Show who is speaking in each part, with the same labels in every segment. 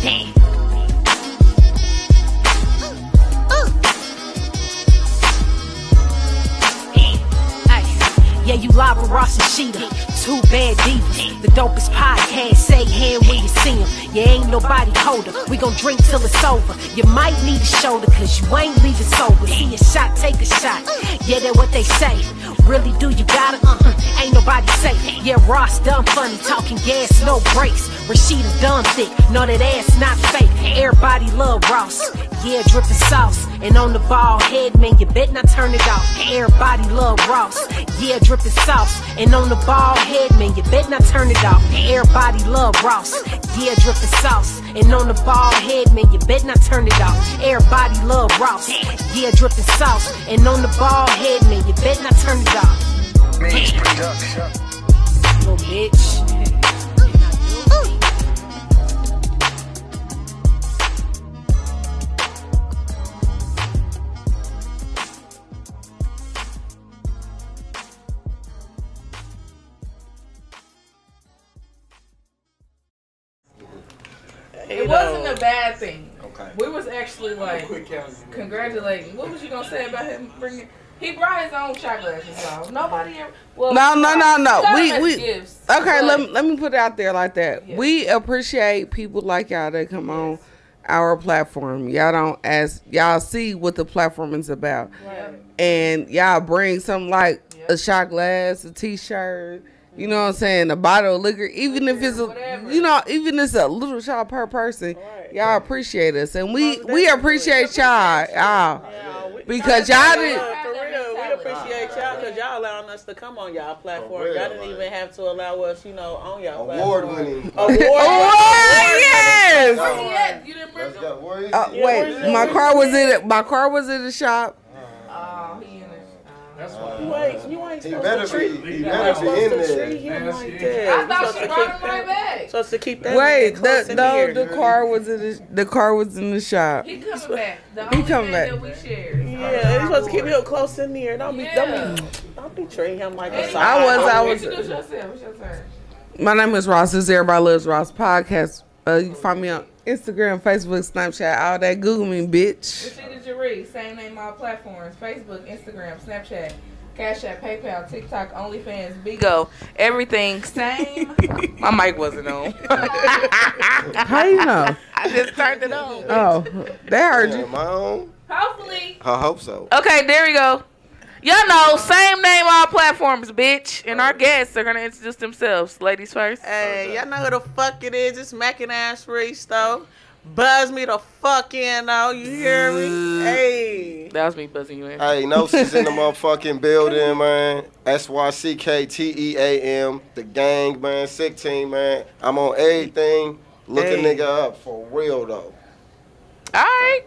Speaker 1: P. Yeah, you live with Ross and Sheeta. Two bad divas. The dopest podcast. Say hand when you see him. You ain't nobody colder. We gon' drink till it's over. You might need a shoulder, cause you ain't leaving sober. See a shot, take a shot. Yeah, that what they say. Really, do you got it? Uh-uh. Ain't nobody safe. Yeah, Ross dumb funny. Talking gas, no brakes. Rashida dumb thick. No, that ass not fake. Everybody love Ross. Yeah, dripping sauce. And on the ball head, man, you bet not turn it off. Everybody love Ross. Yeah, dripping sauce. And on the ball head, man, you bet not turn it off. Everybody love Ross. Yeah, dripping sauce. And on the ball head, man, you bet not turn it off. Everybody love Ross. Yeah, dripping sauce. And on the ball head, man, you bet not turn it off.
Speaker 2: Mage Production.
Speaker 1: Little bitch.
Speaker 3: It wasn't a bad thing.
Speaker 4: Okay.
Speaker 3: We was actually like congratulating. What was you gonna say about him bringing? He brought his own shot glasses. So nobody ever. Well,
Speaker 5: No, no, no, no.
Speaker 3: Got
Speaker 5: We-
Speaker 3: him as
Speaker 5: we-
Speaker 3: gifts,
Speaker 5: Okay,
Speaker 3: but
Speaker 5: let me, let me put it out there like that.
Speaker 3: Yeah.
Speaker 5: We appreciate people like y'all that come on our platform. Y'all don't ask, y'all see what the platform is about.
Speaker 3: Right.
Speaker 5: And y'all bring something like
Speaker 3: Yeah.
Speaker 5: a shot glass, a t shirt, you know what I'm saying, a bottle of liquor, even if it's a,
Speaker 3: whatever.
Speaker 5: you know, even if it's a little shot per person, y'all appreciate us. And we, we appreciate y'all, y'all, because y'all did
Speaker 3: Have
Speaker 6: For
Speaker 3: that
Speaker 6: real, we
Speaker 3: mentality.
Speaker 6: appreciate y'all because y'all allowing us to come on y'all platform.
Speaker 4: real,
Speaker 6: y'all didn't
Speaker 4: like-
Speaker 6: even have to allow us, you know, on y'all
Speaker 4: Award
Speaker 6: platform.
Speaker 4: winning.
Speaker 6: Award winning.
Speaker 5: Oh, yes!
Speaker 3: Where he at? You didn't bring
Speaker 4: Let's
Speaker 3: him.
Speaker 4: go. Where is
Speaker 5: Uh,
Speaker 4: he?
Speaker 6: where's
Speaker 5: wait,
Speaker 6: the-
Speaker 5: my car was in it. My car was in the shop.
Speaker 3: Oh, he in there.
Speaker 6: You ain't, you ain't
Speaker 4: He
Speaker 6: supposed
Speaker 4: better
Speaker 6: to treat,
Speaker 4: be. He
Speaker 6: you
Speaker 4: better
Speaker 6: ain't
Speaker 4: be
Speaker 6: supposed
Speaker 4: in
Speaker 6: to treat
Speaker 4: there.
Speaker 6: him like
Speaker 3: I
Speaker 6: that. You
Speaker 3: thought
Speaker 6: supposed
Speaker 3: she
Speaker 6: to
Speaker 3: brought
Speaker 6: keep
Speaker 3: him right
Speaker 6: that-
Speaker 3: back.
Speaker 6: Supposed to keep that.
Speaker 5: Wait,
Speaker 6: nigga close
Speaker 5: the,
Speaker 6: in
Speaker 5: no,
Speaker 6: here.
Speaker 5: the car was in the, the car was in the shop.
Speaker 3: He coming back. The only
Speaker 5: coming
Speaker 3: thing
Speaker 5: back.
Speaker 3: that we shared.
Speaker 6: Yeah, you supposed to keep him close in here. Don't be,
Speaker 3: Yeah.
Speaker 6: don't be, don't be treating him like a
Speaker 3: Anyway,
Speaker 6: side.
Speaker 5: I was- I was-
Speaker 3: Introduce yourself. It's your turn.
Speaker 5: My name is Ross. This is everybody loves Ross podcast. Uh, you can find me on Instagram, Facebook, Snapchat, all that. Google me, bitch.
Speaker 3: Rashida Jaree, same name all platforms: Facebook, Instagram, Snapchat, Cash App, PayPal, TikTok, OnlyFans, Bigo, everything. Same. My mic wasn't on.
Speaker 5: How you know?
Speaker 3: I just turned it on.
Speaker 5: Oh, they heard
Speaker 4: Yeah,
Speaker 5: you.
Speaker 4: my own.
Speaker 3: Hopefully.
Speaker 4: I hope so.
Speaker 3: Okay, there we go. Y'all know, same name all platforms, bitch. And our guests are gonna introduce themselves, ladies first.
Speaker 6: Hey, y'all know who the fuck it is. It's Mac and Ash Reese, though. Buzz me the fuck in, though. You hear me? Hey.
Speaker 3: That was me buzzing you in.
Speaker 4: Hey, no, she's in the motherfucking building, man. S Y C K T E A M, the gang, man. 16, man. I'm on everything. Look a
Speaker 5: Hey.
Speaker 4: nigga up for real, though.
Speaker 3: All right,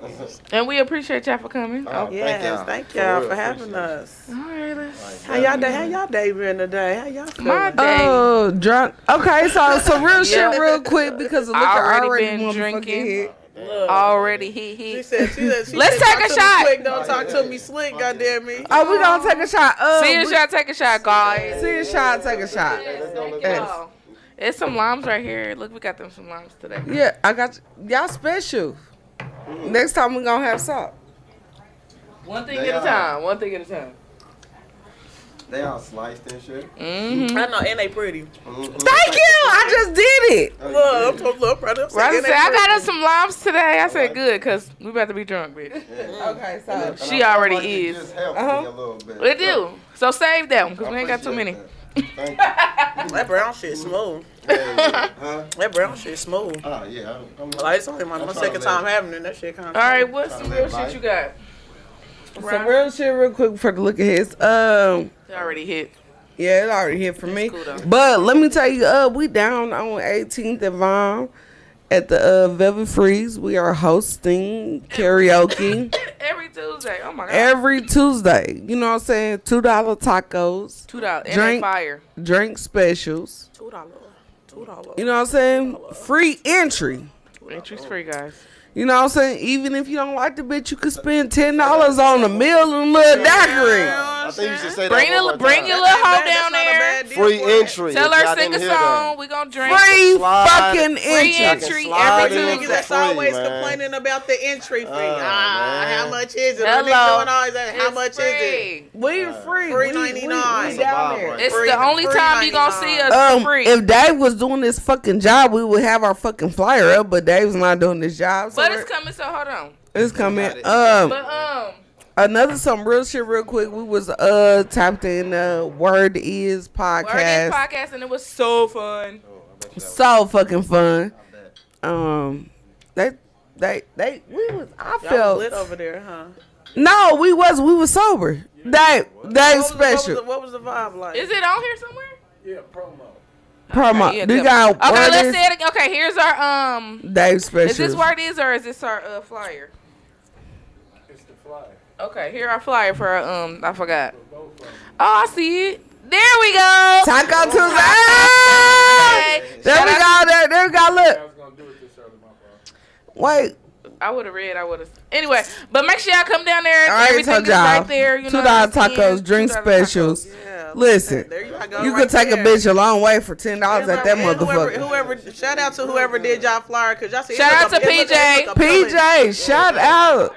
Speaker 3: and we appreciate y'all for coming.
Speaker 4: Oh,
Speaker 6: Yes, thank
Speaker 4: For
Speaker 6: y'all
Speaker 4: real,
Speaker 6: for having
Speaker 4: appreciate it.
Speaker 6: us.
Speaker 3: All right, let's.
Speaker 6: How y'all day? How y'all day been today? How y'all feeling?
Speaker 3: My day.
Speaker 5: Oh, drunk. Okay, so some real
Speaker 3: Yeah.
Speaker 5: shit, real quick because the liquor
Speaker 3: Already
Speaker 5: already,
Speaker 3: been
Speaker 5: motherfucking
Speaker 3: drinking.
Speaker 5: hit.
Speaker 6: Look,
Speaker 3: Already he
Speaker 6: she
Speaker 3: he.
Speaker 6: said, she said, she
Speaker 3: Let's
Speaker 6: said,
Speaker 3: take
Speaker 6: "Talk
Speaker 3: a
Speaker 6: to me
Speaker 3: shot."
Speaker 6: Quick, don't talk to me slick, goddamn me.
Speaker 5: Oh, we gonna take a shot. Uh,
Speaker 3: See if
Speaker 5: we-
Speaker 3: y'all take a shot, guys.
Speaker 5: see a shot. Take a shot. Yes.
Speaker 3: Y'all. It's some limes right here. Look, we got them some limes today.
Speaker 5: Yeah, I got you. y'all special. Next time we gonna have salt.
Speaker 3: One thing
Speaker 4: They
Speaker 3: at a
Speaker 4: are.
Speaker 3: time. One thing at a time.
Speaker 4: They all sliced and shit.
Speaker 3: Mm-hmm.
Speaker 6: I know, and they pretty.
Speaker 4: Mhm.
Speaker 5: Thank you. I just did it.
Speaker 4: Hey,
Speaker 6: Look, I'm so look, brother. I'm
Speaker 3: Right, I
Speaker 6: saying
Speaker 3: said, I
Speaker 6: they
Speaker 3: got us some limes today. I said,
Speaker 4: Alright.
Speaker 3: good, because we about to be drunk, bitch.
Speaker 4: yeah.
Speaker 5: Okay,
Speaker 4: And I-
Speaker 5: so
Speaker 4: and
Speaker 3: She
Speaker 4: I feel
Speaker 3: already
Speaker 4: like it
Speaker 3: is.
Speaker 4: Just helped me
Speaker 5: Uh-huh.
Speaker 4: a little bit.
Speaker 3: We do. So save them, because
Speaker 4: I
Speaker 3: we ain't got too many.
Speaker 4: appreciate that.
Speaker 6: pretty. That brown shit smooth.
Speaker 4: Thank you. Yeah, yeah. Huh?
Speaker 6: That brown shit smooth.
Speaker 4: Oh, yeah. I'm, I'm,
Speaker 6: Like it's only my, my
Speaker 4: That's
Speaker 6: second
Speaker 4: all I
Speaker 6: time having it. That shit kind of.
Speaker 3: All right, what's some real
Speaker 4: Bye.
Speaker 3: shit you got?
Speaker 5: some real shit, real quick for the look at his. Um,
Speaker 3: They already hit.
Speaker 5: yeah, it already hit for me.
Speaker 3: cool, though.
Speaker 5: but let me tell you, uh, we down on 18th and Vaughn at the uh, Velvet Freeze. We are hosting karaoke
Speaker 3: Every Tuesday. Oh, my God.
Speaker 5: every Tuesday. You know what I'm saying? Two dollar tacos,
Speaker 3: Two dollars. And they
Speaker 5: Drink.
Speaker 3: fire.
Speaker 5: drink specials.
Speaker 6: Two dollar. Two dollar.
Speaker 5: You know what I'm saying? Free entry.
Speaker 3: Entry's free, guys.
Speaker 5: You know what I'm saying? Even if you don't like the bitch, you could spend ten dollars on a meal and a little daiquiri.
Speaker 4: I think you should say that.
Speaker 3: Bring
Speaker 4: one
Speaker 3: a,
Speaker 4: more
Speaker 3: bring
Speaker 4: time.
Speaker 3: your little hoe
Speaker 6: That's
Speaker 3: down
Speaker 6: not a
Speaker 3: there.
Speaker 6: bad deal
Speaker 4: free
Speaker 6: for it.
Speaker 4: entry.
Speaker 3: Tell
Speaker 4: if
Speaker 3: her
Speaker 4: y'all
Speaker 3: sing a
Speaker 4: didn't hear that.
Speaker 3: song. We gonna drink.
Speaker 5: Free
Speaker 4: Slide.
Speaker 5: fucking
Speaker 3: Free
Speaker 5: inches.
Speaker 3: entry
Speaker 4: slide
Speaker 3: every
Speaker 6: Every
Speaker 3: time.
Speaker 4: in for
Speaker 6: nigga that's
Speaker 4: free,
Speaker 6: always
Speaker 4: man.
Speaker 6: complaining about the entry fee.
Speaker 4: Oh,
Speaker 6: ah,
Speaker 4: man.
Speaker 6: how much is it?
Speaker 3: Hello.
Speaker 6: Hello. Doing all that. How
Speaker 3: It's
Speaker 6: much is it?
Speaker 3: free.
Speaker 5: We free.
Speaker 6: Free
Speaker 5: We-
Speaker 6: ninety
Speaker 5: we-
Speaker 6: nine.
Speaker 5: we
Speaker 4: It's a
Speaker 5: down
Speaker 4: vibe
Speaker 5: there.
Speaker 4: right
Speaker 3: It's
Speaker 6: Free-
Speaker 3: the only
Speaker 6: free
Speaker 3: time you gonna
Speaker 6: 99.
Speaker 3: see us
Speaker 5: Um,
Speaker 3: free.
Speaker 5: if Dave was doing this fucking job, we would have our fucking flyer up. But Dave's not doing this job, so
Speaker 3: but
Speaker 5: we're-
Speaker 3: it's coming. So hold on.
Speaker 5: it's coming.
Speaker 4: Got it.
Speaker 5: Um,
Speaker 3: But um,
Speaker 5: another some real shit, real quick. We was uh typed in uh word is
Speaker 3: we're in
Speaker 5: podcast.
Speaker 3: podcast and it was so fun.
Speaker 5: so fucking fun. Um, they they they we was I
Speaker 6: Y'all
Speaker 5: felt
Speaker 6: was lit over there, huh?
Speaker 5: no we was we was sober. They they
Speaker 6: What was the- what was
Speaker 5: special
Speaker 6: the- What was the vibe like?
Speaker 3: Is it on here somewhere?
Speaker 5: promo.
Speaker 3: yeah,
Speaker 5: we
Speaker 3: good.
Speaker 5: got
Speaker 3: Okay, let's
Speaker 5: word
Speaker 3: say it. Again. Okay, here's our um.
Speaker 5: is Dave special.
Speaker 3: Is this word is or is this our uh, flyer? Okay, here our flyer for our, um. I forgot. Oh, I see it. There we go.
Speaker 5: Taco Tuesday? Ah!
Speaker 3: Okay.
Speaker 5: There we
Speaker 3: Shout
Speaker 5: go.
Speaker 3: out-
Speaker 5: There, there we go. Look. Wait.
Speaker 3: I would have read. I would have. Anyway, but make sure y'all come down there.
Speaker 5: All right,
Speaker 3: Everything
Speaker 5: told
Speaker 3: is
Speaker 5: y'all.
Speaker 3: right there. You know
Speaker 5: Two
Speaker 3: what
Speaker 5: dollar
Speaker 3: I'm saying?
Speaker 5: tacos, drink
Speaker 3: $2
Speaker 5: specials.
Speaker 3: tacos.
Speaker 6: Yeah,
Speaker 5: Listen,
Speaker 6: there you, go
Speaker 5: You
Speaker 6: right
Speaker 5: could take
Speaker 6: there.
Speaker 5: a bitch a long way for ten dollars at that
Speaker 6: And whoever,
Speaker 5: motherfucker.
Speaker 6: Whoever, shout out to whoever did y'all flyer, cause y'all see. it
Speaker 3: Shout out
Speaker 6: look
Speaker 3: to
Speaker 6: a- it look- it look appealing.
Speaker 5: PJ, shout out.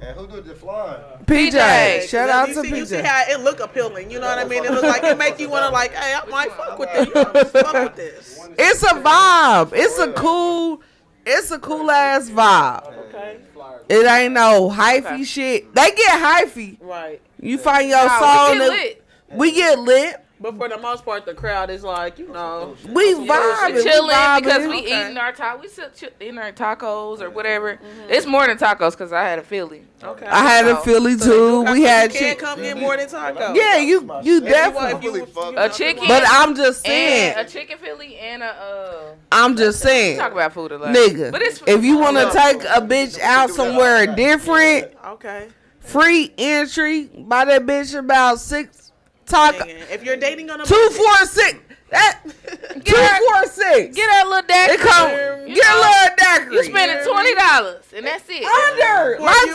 Speaker 4: And who did the flying?
Speaker 5: PJ, shout out
Speaker 6: you
Speaker 5: to
Speaker 6: see, You see
Speaker 5: PJ.
Speaker 6: how it look appealing. You know what I mean? It look like it make you want to like, hey, I might fuck with this. I might fuck with this.
Speaker 5: It's a vibe. It's a cool. It's a cool ass vibe.
Speaker 6: Okay.
Speaker 5: It ain't no hyphy
Speaker 3: Okay.
Speaker 5: shit. They get hyphy.
Speaker 6: Right.
Speaker 5: You find your
Speaker 3: Oh,
Speaker 5: soul.
Speaker 3: we get
Speaker 5: and-
Speaker 3: lit.
Speaker 5: We get lit.
Speaker 6: But for the most part, the crowd is like, you know,
Speaker 5: We
Speaker 3: Yeah,
Speaker 5: vibing.
Speaker 3: we chilling because we
Speaker 6: Okay.
Speaker 3: eating our ta- we still chi- eating our tacos or whatever. It's more than tacos because I had a feeling.
Speaker 6: okay.
Speaker 5: I had a Philly too. We had
Speaker 6: you
Speaker 5: chick.
Speaker 6: can't come get more than tacos.
Speaker 5: Yeah, you you
Speaker 6: Well, if
Speaker 5: definitely.
Speaker 6: you-
Speaker 4: Really fuck
Speaker 6: you
Speaker 3: A
Speaker 6: know,
Speaker 3: chicken
Speaker 5: But I'm just
Speaker 3: And
Speaker 5: saying.
Speaker 3: a chicken Philly and a uh.
Speaker 5: I'm just
Speaker 3: we
Speaker 5: saying.
Speaker 3: Talk about food a lot,
Speaker 5: Nigga,
Speaker 3: But it's
Speaker 5: if you want to
Speaker 4: No.
Speaker 5: take a bitch out somewhere different,
Speaker 6: Okay.
Speaker 5: free entry by that bitch about six talk
Speaker 6: Nigga, If you're dating on a
Speaker 5: two four six that two four six.
Speaker 3: get a little daiquiri.
Speaker 5: It come
Speaker 3: you
Speaker 5: get
Speaker 3: know?
Speaker 5: a little daiquiri.
Speaker 3: You spending twenty dollars and that's it.
Speaker 5: under
Speaker 6: For
Speaker 5: like
Speaker 6: you,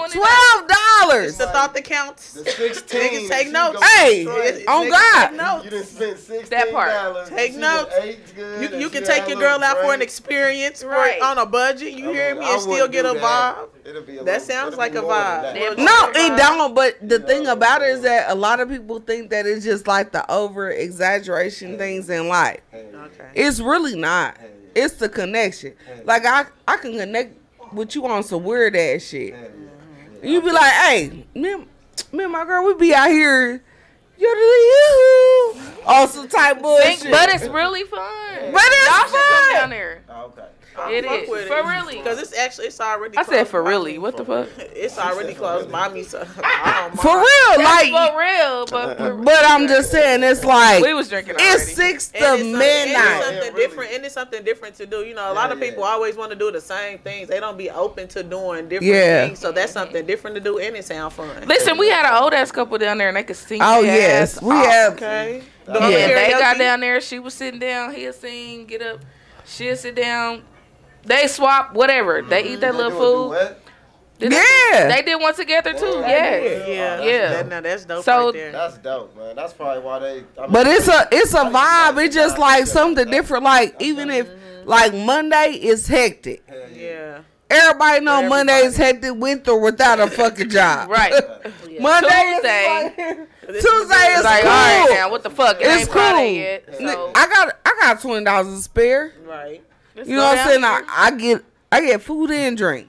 Speaker 3: under $20.
Speaker 5: twelve
Speaker 6: It's
Speaker 5: dollars.
Speaker 6: the thought that counts. Oh,
Speaker 4: The 16.
Speaker 6: Niggas take
Speaker 4: that you
Speaker 6: notes.
Speaker 4: go-
Speaker 5: Hey,
Speaker 6: It's-
Speaker 5: on
Speaker 6: niggas
Speaker 5: God.
Speaker 6: take notes.
Speaker 4: You done spent $16.
Speaker 3: part.
Speaker 4: and
Speaker 6: Take
Speaker 4: she
Speaker 6: notes.
Speaker 4: done ate good,
Speaker 6: You,
Speaker 4: and
Speaker 6: you
Speaker 4: she
Speaker 6: can
Speaker 4: had
Speaker 6: take
Speaker 4: a
Speaker 6: your
Speaker 4: little
Speaker 6: girl out for an
Speaker 4: break.
Speaker 6: experience for,
Speaker 3: Right.
Speaker 6: on a budget. You
Speaker 4: I
Speaker 6: hear
Speaker 4: wouldn't-
Speaker 6: me?
Speaker 4: I
Speaker 6: And still
Speaker 4: wouldn't
Speaker 6: get
Speaker 4: do
Speaker 6: a
Speaker 4: that.
Speaker 6: vibe.
Speaker 4: It'll be a
Speaker 6: That
Speaker 4: little-
Speaker 6: sounds
Speaker 4: it'll
Speaker 6: like
Speaker 4: be
Speaker 6: a
Speaker 4: more than
Speaker 6: vibe.
Speaker 4: that.
Speaker 3: Damn.
Speaker 5: No, it
Speaker 6: Vibe.
Speaker 5: don't. But the thing about it is that a lot of people think that it's just like the over exaggeration things in life.
Speaker 6: Okay.
Speaker 5: It's really not. It's the connection. Like I, I can connect with you on some weird ass shit. You be like, hey, me, and- me and my girl, we be out here, you on some type bullshit.
Speaker 3: Think- but it's really fun.
Speaker 5: But it's
Speaker 3: Y'all should come
Speaker 5: fun.
Speaker 3: down there.
Speaker 4: Ah, Okay.
Speaker 3: It is. For really.
Speaker 6: Because it's actually, it's already
Speaker 3: I said
Speaker 6: closed
Speaker 3: for
Speaker 6: by
Speaker 3: really.
Speaker 6: me.
Speaker 3: What the fuck?
Speaker 6: It's already closed. Mommy, so I don't
Speaker 5: for
Speaker 6: mind.
Speaker 5: real,
Speaker 3: That's
Speaker 5: like.
Speaker 3: for real, but for
Speaker 5: But I'm just saying, it's like
Speaker 3: we was drinking already.
Speaker 5: it's six
Speaker 6: And
Speaker 5: to
Speaker 6: it's something- And it's
Speaker 5: midnight.
Speaker 4: Yeah,
Speaker 6: something
Speaker 4: really.
Speaker 6: different. And it's something different to do. You know, a lot of
Speaker 4: yeah.
Speaker 6: people always want to do the same things. They don't be open to doing different
Speaker 5: Yeah.
Speaker 6: things. So that's something different to do, and it sound fun.
Speaker 3: Listen, we had an old ass couple down there and they could sing.
Speaker 5: Oh
Speaker 3: their
Speaker 5: yes,
Speaker 3: ass
Speaker 5: we
Speaker 3: off.
Speaker 5: have.
Speaker 6: Okay.
Speaker 4: Yeah,
Speaker 3: And they got
Speaker 6: Karaoke?
Speaker 3: down there. She was sitting down. He'll sing. Get up. She'll sit down. They swap whatever. They eat that
Speaker 4: They
Speaker 3: little
Speaker 4: do a
Speaker 3: food.
Speaker 4: duet?
Speaker 3: Did
Speaker 5: Yeah.
Speaker 3: They, they did one together too.
Speaker 4: Yeah.
Speaker 3: Yes.
Speaker 6: Yeah,
Speaker 3: Yeah.
Speaker 6: That, now that's dope.
Speaker 3: So-
Speaker 6: right there.
Speaker 4: That's dope, man. That's probably why they. I mean,
Speaker 5: But it's a it's a vibe. It's just like something different. Like even if like Monday is hectic.
Speaker 6: yeah.
Speaker 5: Everybody know Monday is hectic with or without a fucking job.
Speaker 3: Right.
Speaker 5: Monday
Speaker 3: Tuesday.
Speaker 5: is like, Tuesday is
Speaker 3: It's like,
Speaker 5: cool.
Speaker 3: all right, now what the fuck? It
Speaker 5: It's
Speaker 3: ain't Friday
Speaker 5: cool.
Speaker 3: yet. So
Speaker 5: I got I got twenty dollars to spare.
Speaker 6: Right.
Speaker 3: let's
Speaker 5: You
Speaker 3: go
Speaker 5: know what
Speaker 3: down
Speaker 5: I'm saying?
Speaker 3: there.
Speaker 5: I, I get I get food and drink.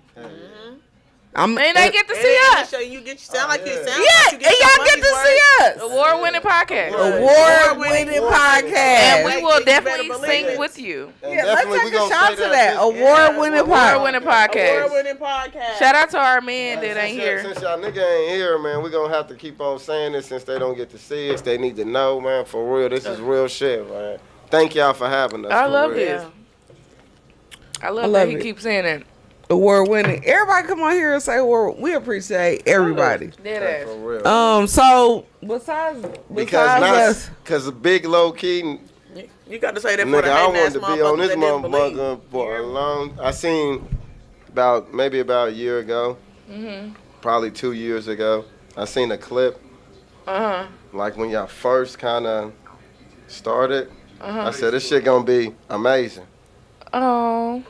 Speaker 5: I'm
Speaker 3: and they get to see
Speaker 6: And
Speaker 3: us.
Speaker 6: show you get you sound like you
Speaker 4: Yeah.
Speaker 6: sound
Speaker 5: Oh, yeah,
Speaker 6: like you
Speaker 5: and
Speaker 6: get your
Speaker 5: y'all get
Speaker 6: money's
Speaker 5: to see
Speaker 6: worth.
Speaker 5: us.
Speaker 3: Award winning podcast.
Speaker 5: Award winning
Speaker 4: Award-winning.
Speaker 5: podcast.
Speaker 3: And we
Speaker 6: Like,
Speaker 3: will
Speaker 6: you better
Speaker 3: definitely
Speaker 6: believe
Speaker 3: sing
Speaker 6: it.
Speaker 3: with you.
Speaker 4: And
Speaker 5: Yeah, let's
Speaker 4: definitely we
Speaker 5: take a
Speaker 4: gonna
Speaker 5: shot
Speaker 4: say
Speaker 5: to that. Award winning
Speaker 3: Award
Speaker 5: podcast.
Speaker 3: winning podcast.
Speaker 6: Award-winning podcast.
Speaker 3: Shout out to our man
Speaker 4: Since
Speaker 3: that ain't
Speaker 4: y'all-
Speaker 3: here.
Speaker 4: Since y'all nigga ain't here, man, we gonna have to keep on saying this since they don't get to see us. They need to know, man. For real, this is real shit, man. Thank y'all for having us.
Speaker 3: I
Speaker 4: for
Speaker 3: love
Speaker 4: real.
Speaker 3: this. I love,
Speaker 5: I
Speaker 3: that
Speaker 5: love
Speaker 3: he
Speaker 5: it.
Speaker 3: keeps saying that.
Speaker 5: Award winning. Everybody come on here and say award. We appreciate everybody.
Speaker 3: Dead
Speaker 4: For
Speaker 3: ass.
Speaker 4: real.
Speaker 5: Um. So besides besides
Speaker 4: because
Speaker 5: us,
Speaker 4: not, cause big low key
Speaker 6: You got to say that for
Speaker 4: nigga,
Speaker 6: the
Speaker 4: I
Speaker 6: hating ass
Speaker 4: wanted to be on
Speaker 6: motherfuckers
Speaker 4: this
Speaker 6: that didn't believe.
Speaker 4: motherfucker for a
Speaker 6: Yeah.
Speaker 4: long. I seen about maybe about a year ago, probably two years ago. I seen a clip.
Speaker 6: Uh-huh.
Speaker 4: Like when y'all first kind of started. I said this shit gonna be amazing.
Speaker 6: Oh.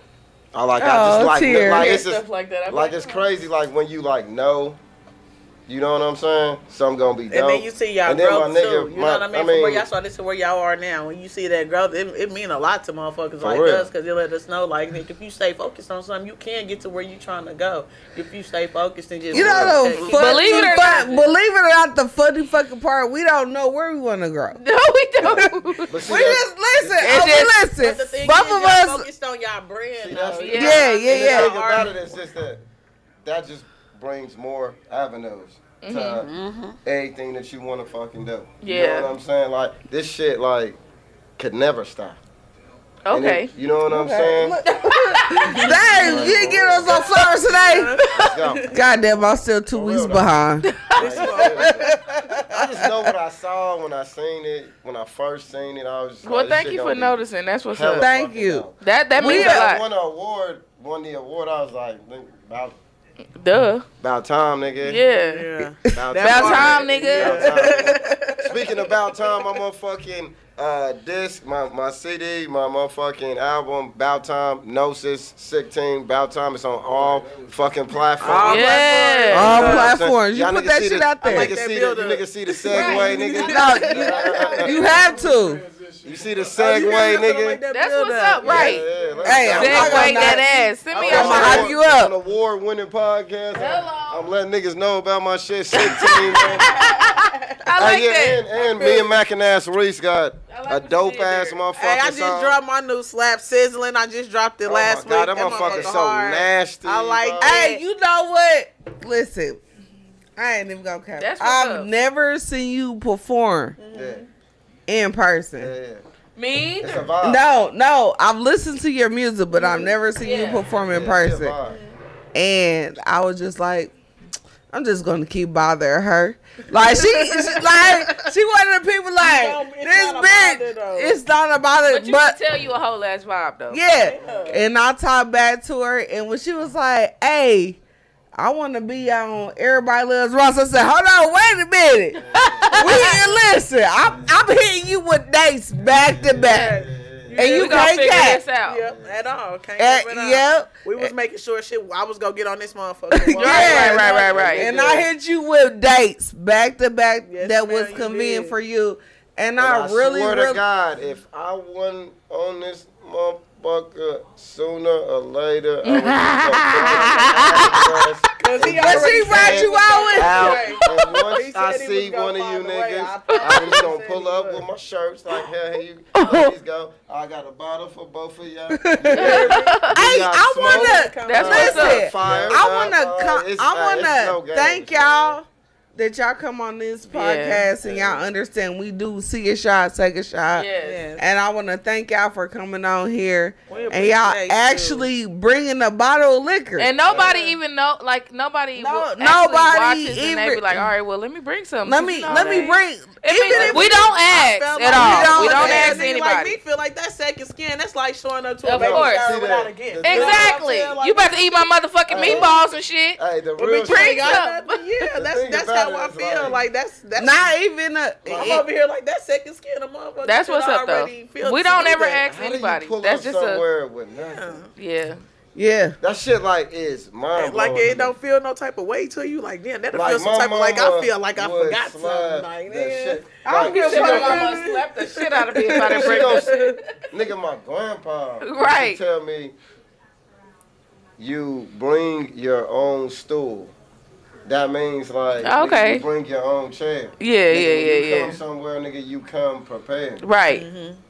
Speaker 4: I like I
Speaker 5: Oh,
Speaker 4: just like
Speaker 5: tears.
Speaker 4: like
Speaker 6: Yeah,
Speaker 4: it's
Speaker 6: stuff
Speaker 4: just,
Speaker 6: like that. I'm
Speaker 4: like it's crazy like when you like know. You know what I'm saying? Something gonna be dope.
Speaker 6: And then you see y'all
Speaker 4: And then
Speaker 6: growth
Speaker 4: my nigga,
Speaker 6: too. You know
Speaker 4: my-
Speaker 6: what I mean?
Speaker 4: I
Speaker 6: From where
Speaker 4: mean-
Speaker 6: y'all started to where y'all are now. When you see that growth, it, it mean a lot to motherfuckers like
Speaker 4: real.
Speaker 6: us because it let us know, like, Nick, if you stay focused on something, you can get to where you trying to go. If you stay focused and just
Speaker 5: You know the
Speaker 6: keep-
Speaker 5: funny,
Speaker 3: Believe it or
Speaker 5: fu- believe it or not, the funny fucking part, we don't know where we want to grow.
Speaker 3: No, we don't.
Speaker 4: But see,
Speaker 5: We
Speaker 4: that-
Speaker 5: just listen.
Speaker 3: It's
Speaker 5: oh,
Speaker 3: just-
Speaker 5: we
Speaker 6: But the
Speaker 5: listen.
Speaker 6: thing
Speaker 5: Both
Speaker 6: is,
Speaker 5: of
Speaker 6: y'all
Speaker 5: us.
Speaker 6: focused on y'all brand.
Speaker 4: See,
Speaker 6: though.
Speaker 4: that's-
Speaker 6: You know
Speaker 5: Yeah,
Speaker 6: what I mean?
Speaker 5: yeah,
Speaker 4: And the
Speaker 5: yeah.
Speaker 4: thing about it is just that that just brings more avenues to
Speaker 5: Mm-hmm.
Speaker 4: anything that you want to fucking do. You
Speaker 3: Yeah.
Speaker 4: know what I'm saying? Like this shit, like could never stop. And it-
Speaker 3: Okay.
Speaker 4: you know what I'm saying?
Speaker 5: Dang, you didn't get us on flowers today.
Speaker 4: Let's go.
Speaker 5: Goddamn, I'm still two
Speaker 4: For
Speaker 5: weeks
Speaker 4: real, though.
Speaker 5: behind.
Speaker 4: Like, I just know what I saw when I seen it. When I first seen it, I was just
Speaker 3: Well,
Speaker 4: like, this
Speaker 3: thank
Speaker 4: shit
Speaker 3: you
Speaker 4: gonna
Speaker 3: for
Speaker 4: be
Speaker 3: noticing. That's what's
Speaker 4: hella
Speaker 3: up.
Speaker 5: Thank
Speaker 4: fucking
Speaker 5: you.
Speaker 4: dope.
Speaker 3: That that
Speaker 5: We
Speaker 3: means
Speaker 5: got
Speaker 3: a
Speaker 4: I
Speaker 3: lot.
Speaker 4: won an award. Won the award. I was like, about
Speaker 3: Duh.
Speaker 4: about time, nigga.
Speaker 3: Yeah.
Speaker 4: About
Speaker 3: About time,
Speaker 4: time.
Speaker 3: nigga.
Speaker 4: Speaking about time, my motherfucking uh, disc, my, my CD, my motherfucking album, Bout Time, Gnosis, 16, Bout Time. It's on all fucking platforms.
Speaker 3: Yeah.
Speaker 5: All
Speaker 4: You know what I'm saying?
Speaker 5: platforms. You
Speaker 4: Y'all
Speaker 5: put
Speaker 4: niggas
Speaker 5: that
Speaker 4: see
Speaker 5: shit
Speaker 4: the,
Speaker 5: out there.
Speaker 4: You
Speaker 5: Like
Speaker 4: niggas,
Speaker 6: that
Speaker 4: see
Speaker 6: build
Speaker 4: the, you
Speaker 6: up.
Speaker 4: niggas see the segue,
Speaker 5: No,
Speaker 4: nigga.
Speaker 5: you, you have to.
Speaker 4: You see the
Speaker 3: Oh,
Speaker 4: segue, nigga.
Speaker 3: That's what's up, right?
Speaker 4: Yeah, yeah, let's
Speaker 5: Hey,
Speaker 4: go.
Speaker 5: I'm
Speaker 3: That
Speaker 5: not
Speaker 3: way,
Speaker 5: gonna
Speaker 3: that
Speaker 5: knock-
Speaker 3: ass. Send me
Speaker 5: I'm
Speaker 3: your
Speaker 5: not gonna
Speaker 3: shit.
Speaker 5: hype you up.
Speaker 4: An award-winning podcast.
Speaker 3: Hello.
Speaker 4: I'm letting niggas know about my shit. 16, man.
Speaker 3: I
Speaker 4: Hey,
Speaker 3: like
Speaker 4: yeah,
Speaker 3: that.
Speaker 4: and, and me and Mac and Ass Reese got
Speaker 3: I like
Speaker 4: a
Speaker 3: what you
Speaker 4: dope
Speaker 3: did
Speaker 4: ass
Speaker 3: there.
Speaker 4: motherfucker.
Speaker 6: Hey, I just
Speaker 4: song.
Speaker 6: dropped my new slap sizzling. I just dropped it
Speaker 4: Oh my
Speaker 6: last
Speaker 4: God,
Speaker 6: week.
Speaker 4: That motherfucker so
Speaker 6: hard.
Speaker 4: nasty.
Speaker 6: I like
Speaker 4: bro.
Speaker 6: that.
Speaker 5: Hey, you know what? Listen, I ain't even gonna count.
Speaker 3: That's what's
Speaker 5: I've
Speaker 3: up.
Speaker 5: never seen you perform
Speaker 4: Yeah,
Speaker 5: in person.
Speaker 4: yeah, yeah.
Speaker 3: Me
Speaker 4: It's
Speaker 3: either.
Speaker 4: a vibe.
Speaker 5: No, no. I've listened to your music, but I've never seen
Speaker 3: Yeah.
Speaker 5: you perform
Speaker 4: Yeah,
Speaker 5: in
Speaker 4: it's a
Speaker 5: person.
Speaker 4: vibe.
Speaker 5: And I was just like, I'm just gonna keep bothering her. Like she, she like she one of the people
Speaker 6: don't-
Speaker 5: like
Speaker 6: it's
Speaker 5: this
Speaker 6: not about it, though."
Speaker 5: bitch. It's not about
Speaker 3: But
Speaker 5: it,
Speaker 3: you
Speaker 5: but.
Speaker 3: can tell you a whole ass vibe though.
Speaker 5: Yeah. And I talked back to her, and when she was like, hey, I want to be on Everybody Loves Ross, I said, hold on, wait a minute. we here, listen, I'm, I'm hitting you with dates back to back. And
Speaker 3: We
Speaker 5: you
Speaker 3: gonna
Speaker 5: can't
Speaker 3: figure
Speaker 5: catch.
Speaker 3: this out.
Speaker 6: Yep, at all. Can't
Speaker 5: Uh,
Speaker 6: give it up.
Speaker 5: yep.
Speaker 6: We was making sure shit. I was gonna get on this motherfucker.
Speaker 5: Yeah. Eh. Right,
Speaker 3: right, right, right.
Speaker 5: And I hit you with dates back to back
Speaker 6: Yes,
Speaker 5: that
Speaker 6: ma'am,
Speaker 5: was
Speaker 6: you
Speaker 5: convenient
Speaker 6: did.
Speaker 5: for you. And,
Speaker 4: And
Speaker 5: I, really,
Speaker 4: swear
Speaker 5: really,
Speaker 4: to God, if I won on this motherfucker sooner or later, I would just go
Speaker 6: Cause
Speaker 5: But
Speaker 6: he
Speaker 5: she
Speaker 6: already
Speaker 5: right
Speaker 6: said-
Speaker 5: you out
Speaker 4: out.
Speaker 5: with.
Speaker 6: Right.
Speaker 4: And
Speaker 6: He
Speaker 4: once
Speaker 6: said
Speaker 4: I
Speaker 6: he
Speaker 4: see
Speaker 6: was gonna
Speaker 4: one of you
Speaker 6: find a way.
Speaker 4: niggas,
Speaker 6: I thought
Speaker 4: I'm just
Speaker 6: he
Speaker 4: gonna
Speaker 6: said
Speaker 4: pull
Speaker 6: he
Speaker 4: up
Speaker 6: would.
Speaker 4: with my shirts like, here, here you ladies go. I got a bottle for both of y'all.
Speaker 5: Hey,
Speaker 4: got
Speaker 5: I
Speaker 4: smoke. Uh,
Speaker 5: want to.
Speaker 3: That's what's
Speaker 5: Listen,
Speaker 3: up.
Speaker 4: Fire
Speaker 5: I want
Speaker 4: up, uh,
Speaker 5: to.
Speaker 4: it's- uh, it's
Speaker 5: I
Speaker 4: no
Speaker 5: want to
Speaker 4: game,
Speaker 5: thank
Speaker 4: man.
Speaker 5: y'all that y'all come on this
Speaker 3: Yeah.
Speaker 5: podcast and y'all understand we do see a shot, take a shot.
Speaker 3: Yes.
Speaker 5: And I want to thank y'all for coming on here
Speaker 6: We
Speaker 5: and y'all
Speaker 6: appreciate you.
Speaker 5: actually bringing a bottle of liquor.
Speaker 3: And nobody even know, like nobody,
Speaker 5: No-
Speaker 3: will actually
Speaker 5: nobody
Speaker 3: watches, and they be
Speaker 5: even-
Speaker 3: like, "All right, well, let me bring some."
Speaker 5: let me let me bring. Even if
Speaker 3: we don't ask
Speaker 6: felt
Speaker 3: at
Speaker 6: like-
Speaker 3: all. We
Speaker 5: don't
Speaker 3: don't
Speaker 5: ask
Speaker 3: ask
Speaker 6: nigga Like
Speaker 3: anybody.
Speaker 6: me feel like that second skin. That's like showing up to a
Speaker 3: Of
Speaker 6: baby
Speaker 3: course.
Speaker 6: shower
Speaker 4: See
Speaker 6: without a
Speaker 4: that?
Speaker 6: gift.
Speaker 4: That's
Speaker 3: Exactly. You about to eat my motherfucking
Speaker 4: Hey.
Speaker 3: meatballs and shit.
Speaker 4: Hey, the
Speaker 6: Well,
Speaker 4: real
Speaker 6: bitch, you ain't
Speaker 4: shit.
Speaker 6: got
Speaker 3: Drink
Speaker 6: nothing. Yeah, that's
Speaker 4: thing
Speaker 6: that's
Speaker 4: about
Speaker 6: how
Speaker 4: it
Speaker 6: I
Speaker 4: is,
Speaker 6: feel.
Speaker 4: like-
Speaker 6: Like that's that's.
Speaker 5: not even a.
Speaker 6: I'm
Speaker 5: it-
Speaker 6: over here like that second skin of motherfucker.
Speaker 3: That's what's
Speaker 6: should
Speaker 3: up though.
Speaker 6: already feel
Speaker 3: We don't
Speaker 6: something.
Speaker 3: ever ask
Speaker 4: How do you
Speaker 3: anybody.
Speaker 4: pull
Speaker 3: That's
Speaker 4: up
Speaker 3: just a
Speaker 4: somewhere with nothing?
Speaker 3: yeah.
Speaker 5: yeah.
Speaker 4: That shit like is mind
Speaker 6: Like it don't feel no type of way to you. Like damn, that'll feel some
Speaker 4: my
Speaker 6: type of like I
Speaker 4: mama
Speaker 6: feel like I
Speaker 4: would
Speaker 6: forgot something.
Speaker 4: slide
Speaker 6: Like
Speaker 4: that
Speaker 6: nigga.
Speaker 4: shit.
Speaker 5: I don't
Speaker 4: Like,
Speaker 5: give a
Speaker 4: she
Speaker 5: fuck
Speaker 4: gonna-
Speaker 5: about
Speaker 3: Mama slapped the shit out of me if I didn't
Speaker 4: she
Speaker 3: bring
Speaker 4: gonna
Speaker 3: this.
Speaker 4: say, Nigga, my grandpa. used to
Speaker 3: Right.
Speaker 4: Tell me, you bring your own stool. That means like nigga,
Speaker 3: Oh, Okay.
Speaker 4: you bring your own chair.
Speaker 3: Yeah,
Speaker 4: Nigga,
Speaker 3: yeah,
Speaker 4: when
Speaker 3: yeah,
Speaker 4: you
Speaker 3: yeah.
Speaker 4: Come somewhere, nigga, you come prepared.
Speaker 3: Right.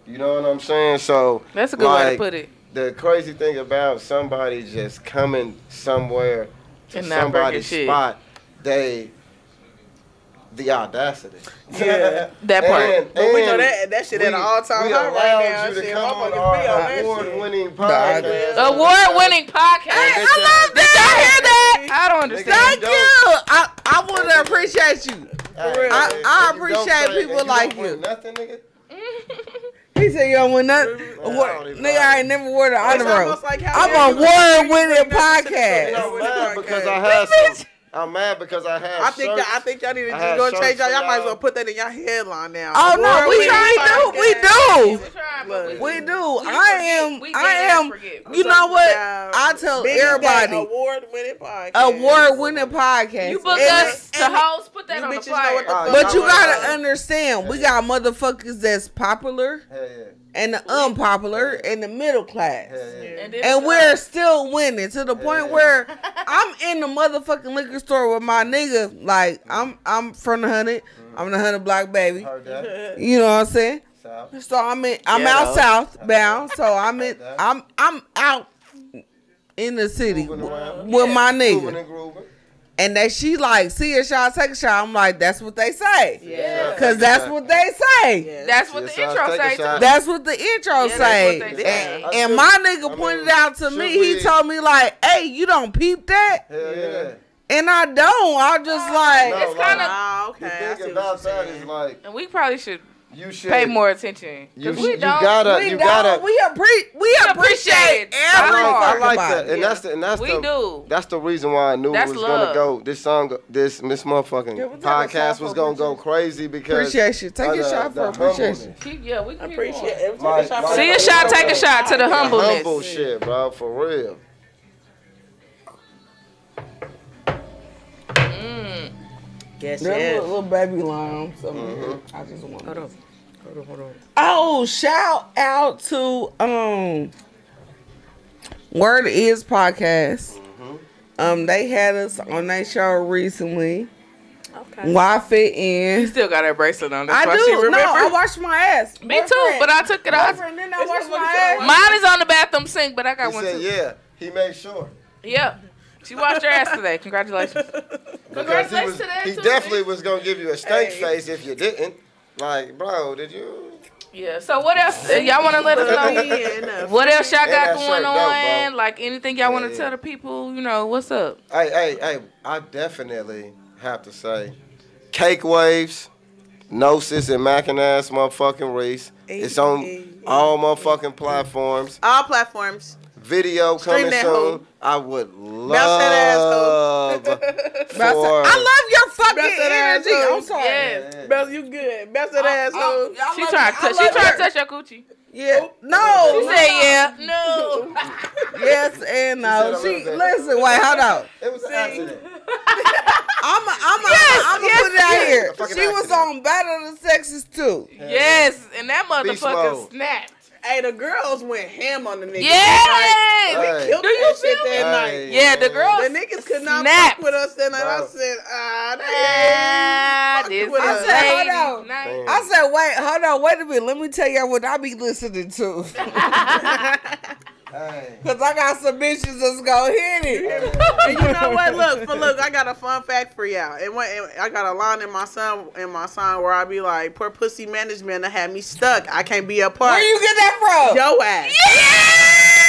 Speaker 4: You know what I'm saying? So
Speaker 3: That's a good way to
Speaker 4: like,
Speaker 3: put it.
Speaker 4: the crazy thing about somebody just coming somewhere to
Speaker 3: And not bringing
Speaker 4: somebody's
Speaker 3: shit.
Speaker 4: spot, they the audacity.
Speaker 6: Yeah.
Speaker 3: That part.
Speaker 6: But we know that that shit at an all time
Speaker 4: we
Speaker 6: high right now.
Speaker 4: allowed you to
Speaker 6: Shit,
Speaker 4: come
Speaker 6: motherfuckers
Speaker 4: on
Speaker 6: be
Speaker 4: our
Speaker 6: on that shit.
Speaker 4: award-winning
Speaker 5: Dog.
Speaker 4: podcast.
Speaker 3: Award-winning podcast.
Speaker 4: Hey, I love
Speaker 3: Did y'all hear that? I don't understand.
Speaker 5: Thank
Speaker 4: Dope.
Speaker 5: you. I I want to appreciate you.
Speaker 4: Hey,
Speaker 5: I-
Speaker 4: if
Speaker 5: I
Speaker 4: you don't
Speaker 5: appreciate
Speaker 4: say- if
Speaker 5: people
Speaker 4: you don't
Speaker 5: like
Speaker 4: win
Speaker 5: you.
Speaker 4: Nothing, nigga.
Speaker 5: He said, "Yo, when that
Speaker 4: Man, I don't even
Speaker 5: nigga,
Speaker 4: know.
Speaker 5: I ain't never wore the
Speaker 6: It's
Speaker 5: honor roll.
Speaker 6: almost like how
Speaker 5: I'm on
Speaker 6: you-
Speaker 5: word winning
Speaker 6: bring nothing to
Speaker 5: podcast.
Speaker 6: the table.
Speaker 4: I'm mad because I had some. I'm mad because I have.
Speaker 6: I think y'all,
Speaker 4: shirts.
Speaker 6: I think y'all need to
Speaker 4: I
Speaker 6: just
Speaker 4: had
Speaker 6: go and
Speaker 4: shirts
Speaker 6: change y'all.
Speaker 4: for
Speaker 6: Y'all might as
Speaker 4: y'all.
Speaker 6: well put that in y'all headline now.
Speaker 5: Oh no,
Speaker 6: World
Speaker 5: we
Speaker 6: Peace
Speaker 5: trying do. We do.
Speaker 3: We try, but
Speaker 6: Look,
Speaker 5: We do.
Speaker 3: forget.
Speaker 5: I am.
Speaker 3: We
Speaker 5: I
Speaker 3: did
Speaker 5: am.
Speaker 3: forget.
Speaker 5: You know what?
Speaker 6: Now,
Speaker 5: I tell
Speaker 6: Big Day
Speaker 5: everybody.
Speaker 6: award-winning podcast.
Speaker 5: Award-winning podcast.
Speaker 3: You book
Speaker 5: And-
Speaker 3: us to
Speaker 6: and-
Speaker 3: host, put that
Speaker 6: you
Speaker 3: on the
Speaker 6: bitches know
Speaker 3: flyer.
Speaker 6: what the
Speaker 4: flyer.
Speaker 6: fuck
Speaker 5: But you
Speaker 6: going on.
Speaker 5: gotta understand, we got motherfuckers that's popular
Speaker 4: Hell yeah.
Speaker 5: and the unpopular and the middle class.
Speaker 4: Hell yeah.
Speaker 3: and, this
Speaker 5: And
Speaker 3: is-
Speaker 5: we're still winning to the point where I'm in the motherfucking liquor store with my nigga. Like I'm I'm from the hundred. I'm the hundred block baby.
Speaker 4: Heard that.
Speaker 5: You know what I'm saying?
Speaker 4: South.
Speaker 5: So I'm in I'm out
Speaker 6: Ghetto.
Speaker 5: south bound. So I'm in I'm I'm out in the city
Speaker 4: Moving around.
Speaker 5: with my
Speaker 4: Moving
Speaker 5: nigga.
Speaker 4: and grooving.
Speaker 5: And that she like, see a shot, take a shot. I'm like, that's what they say.
Speaker 3: Yeah.
Speaker 5: Cause that's what they say.
Speaker 6: Yeah.
Speaker 3: That's what
Speaker 4: Yes,
Speaker 3: the
Speaker 4: I'll
Speaker 3: intro
Speaker 4: take a
Speaker 3: say.
Speaker 4: shot.
Speaker 3: too.
Speaker 5: That's what the intro
Speaker 3: that's
Speaker 5: say.
Speaker 3: what they say.
Speaker 5: and
Speaker 4: I
Speaker 5: and
Speaker 4: should-
Speaker 5: my nigga
Speaker 4: I mean,
Speaker 5: pointed out to
Speaker 4: should
Speaker 5: me, he
Speaker 4: we-
Speaker 5: told me like, hey, you don't peep that?
Speaker 4: Hell yeah.
Speaker 5: And I don't. I'm just like,
Speaker 3: It's kind of,
Speaker 6: Ah,
Speaker 4: The
Speaker 6: okay. I see
Speaker 4: thing
Speaker 6: what you're
Speaker 4: about that
Speaker 6: saying.
Speaker 4: is like
Speaker 3: and we probably should
Speaker 4: you should
Speaker 3: pay more attention
Speaker 4: You,
Speaker 3: because
Speaker 4: sh-
Speaker 3: we
Speaker 4: you
Speaker 3: don't.
Speaker 4: gotta
Speaker 5: we
Speaker 4: you
Speaker 5: don't.
Speaker 4: gotta
Speaker 5: we, appre- we
Speaker 3: appreciate
Speaker 5: appreciate
Speaker 3: it.
Speaker 4: I
Speaker 5: every
Speaker 4: like, I
Speaker 5: fucking
Speaker 4: like
Speaker 5: body.
Speaker 4: that, and that's the and that's
Speaker 3: We
Speaker 4: the
Speaker 3: do.
Speaker 4: that's the reason why I knew
Speaker 3: That's
Speaker 4: it was
Speaker 3: love.
Speaker 4: gonna go. This song, this this motherfucking
Speaker 5: Yeah, we'll take a shot
Speaker 4: podcast
Speaker 5: for
Speaker 4: was gonna go crazy because
Speaker 5: Appreciation. Take
Speaker 4: of
Speaker 5: your
Speaker 4: the-
Speaker 5: shot
Speaker 4: the
Speaker 5: for appreciation.
Speaker 4: humbleness.
Speaker 3: Keep, yeah, we can keep
Speaker 6: Appreciate
Speaker 3: going.
Speaker 6: every
Speaker 4: My-
Speaker 6: time shot
Speaker 4: my-
Speaker 6: for
Speaker 3: See
Speaker 6: the
Speaker 3: a shot, take a
Speaker 6: show.
Speaker 3: shot to the
Speaker 4: The
Speaker 3: humbleness.
Speaker 4: humble shit, bro, for real.
Speaker 6: Yes,
Speaker 5: There's
Speaker 6: yes.
Speaker 5: little, little baby lime. So
Speaker 4: Mm-hmm.
Speaker 5: I just want. Hold on. Hold on. Hold on. Oh, shout out to um, Word Is podcast.
Speaker 4: Mm-hmm.
Speaker 5: Um, they had us on their show recently.
Speaker 6: Okay.
Speaker 5: Why fit in?
Speaker 3: Still got that bracelet on. That's
Speaker 5: I
Speaker 3: why she
Speaker 5: do. No,
Speaker 3: remember.
Speaker 5: I washed my ass.
Speaker 3: Me too, but I took it off.
Speaker 5: Boyfriend, then I washed
Speaker 6: what
Speaker 5: my
Speaker 6: he said.
Speaker 5: ass.
Speaker 3: Mine is on the bathroom sink, but I got
Speaker 4: He
Speaker 3: one
Speaker 4: said,
Speaker 3: too.
Speaker 4: "Yeah, he made sure."
Speaker 3: Yep. She washed her ass today. Congratulations.
Speaker 4: Because he
Speaker 3: Congratulations
Speaker 4: was,
Speaker 3: to that,
Speaker 4: he
Speaker 3: too,
Speaker 4: definitely
Speaker 3: bitch.
Speaker 4: was gonna give you a stank face if you didn't. Like, bro, did you?
Speaker 3: Yeah. So what else? uh, Y'all want to let us know? What else y'all
Speaker 4: Yeah,
Speaker 3: got
Speaker 4: that shirt
Speaker 3: going
Speaker 4: dope,
Speaker 3: on?
Speaker 4: bro.
Speaker 3: like anything y'all want
Speaker 4: Yeah,
Speaker 3: to
Speaker 4: yeah.
Speaker 3: tell the people? You know what's up?
Speaker 4: Hey, hey, hey, I definitely have to say, Cake Waves, Gnosis, and Mackinac motherfucking Reese. It's
Speaker 6: Hey,
Speaker 4: on all motherfucking platforms.
Speaker 6: All platforms.
Speaker 4: Video
Speaker 6: Stream
Speaker 4: coming
Speaker 6: that
Speaker 4: soon.
Speaker 6: hoe.
Speaker 4: I would
Speaker 6: that
Speaker 4: love
Speaker 5: Bounce that-
Speaker 4: for
Speaker 5: I love your
Speaker 6: Bounce
Speaker 5: fucking
Speaker 6: that ass
Speaker 5: energy.
Speaker 6: up.
Speaker 5: I'm sorry.
Speaker 3: Yes.
Speaker 6: Bell, you good. Bounce that ass
Speaker 5: I-
Speaker 6: up.
Speaker 5: I
Speaker 3: She
Speaker 5: love
Speaker 3: trying to
Speaker 5: you. I
Speaker 3: touch. She
Speaker 5: love
Speaker 3: trying to
Speaker 5: your-
Speaker 3: touch your coochie.
Speaker 5: Yeah.
Speaker 4: Oh.
Speaker 3: She
Speaker 5: No.
Speaker 3: said, "Yeah, no."
Speaker 5: Yes and no.
Speaker 4: She said I
Speaker 5: She
Speaker 4: love that.
Speaker 5: listen. Wait. Hold on.
Speaker 4: It was an accident.
Speaker 5: I'm a, I'm a, I'm gonna put it out here.
Speaker 4: Fucking
Speaker 5: She was on
Speaker 4: accident.
Speaker 5: Battle of the Sexes too.
Speaker 3: yes, and that
Speaker 4: Beast
Speaker 3: motherfucker
Speaker 4: mode.
Speaker 3: snapped.
Speaker 6: Hey, the girls went ham on the niggas.
Speaker 3: Yes.
Speaker 6: Like,
Speaker 4: Hey.
Speaker 6: they killed
Speaker 3: Do you
Speaker 6: that shit
Speaker 3: feel me?
Speaker 6: that
Speaker 4: Hey,
Speaker 6: night.
Speaker 3: Yeah, the girl-
Speaker 6: The niggas could not
Speaker 3: Snapped.
Speaker 6: fuck with us that night. I
Speaker 4: Bro.
Speaker 6: said, ah,
Speaker 3: Ah,
Speaker 6: Fuck
Speaker 3: this
Speaker 6: with
Speaker 5: us.
Speaker 3: is
Speaker 5: I said,
Speaker 3: ladies'
Speaker 5: hold on.
Speaker 3: night.
Speaker 5: I said, wait, hold on, wait a minute. Let me tell y'all what I be listening to.
Speaker 4: Hey.
Speaker 5: Cause I got some bitches that's gonna hit it.
Speaker 6: And you know what? Look, for look, I got a fun fact for y'all. And what and I got a line in my son in my song where I be like, "Poor pussy management, that had me stuck. I can't be a part."
Speaker 5: Where you get that from?
Speaker 6: Yo ass.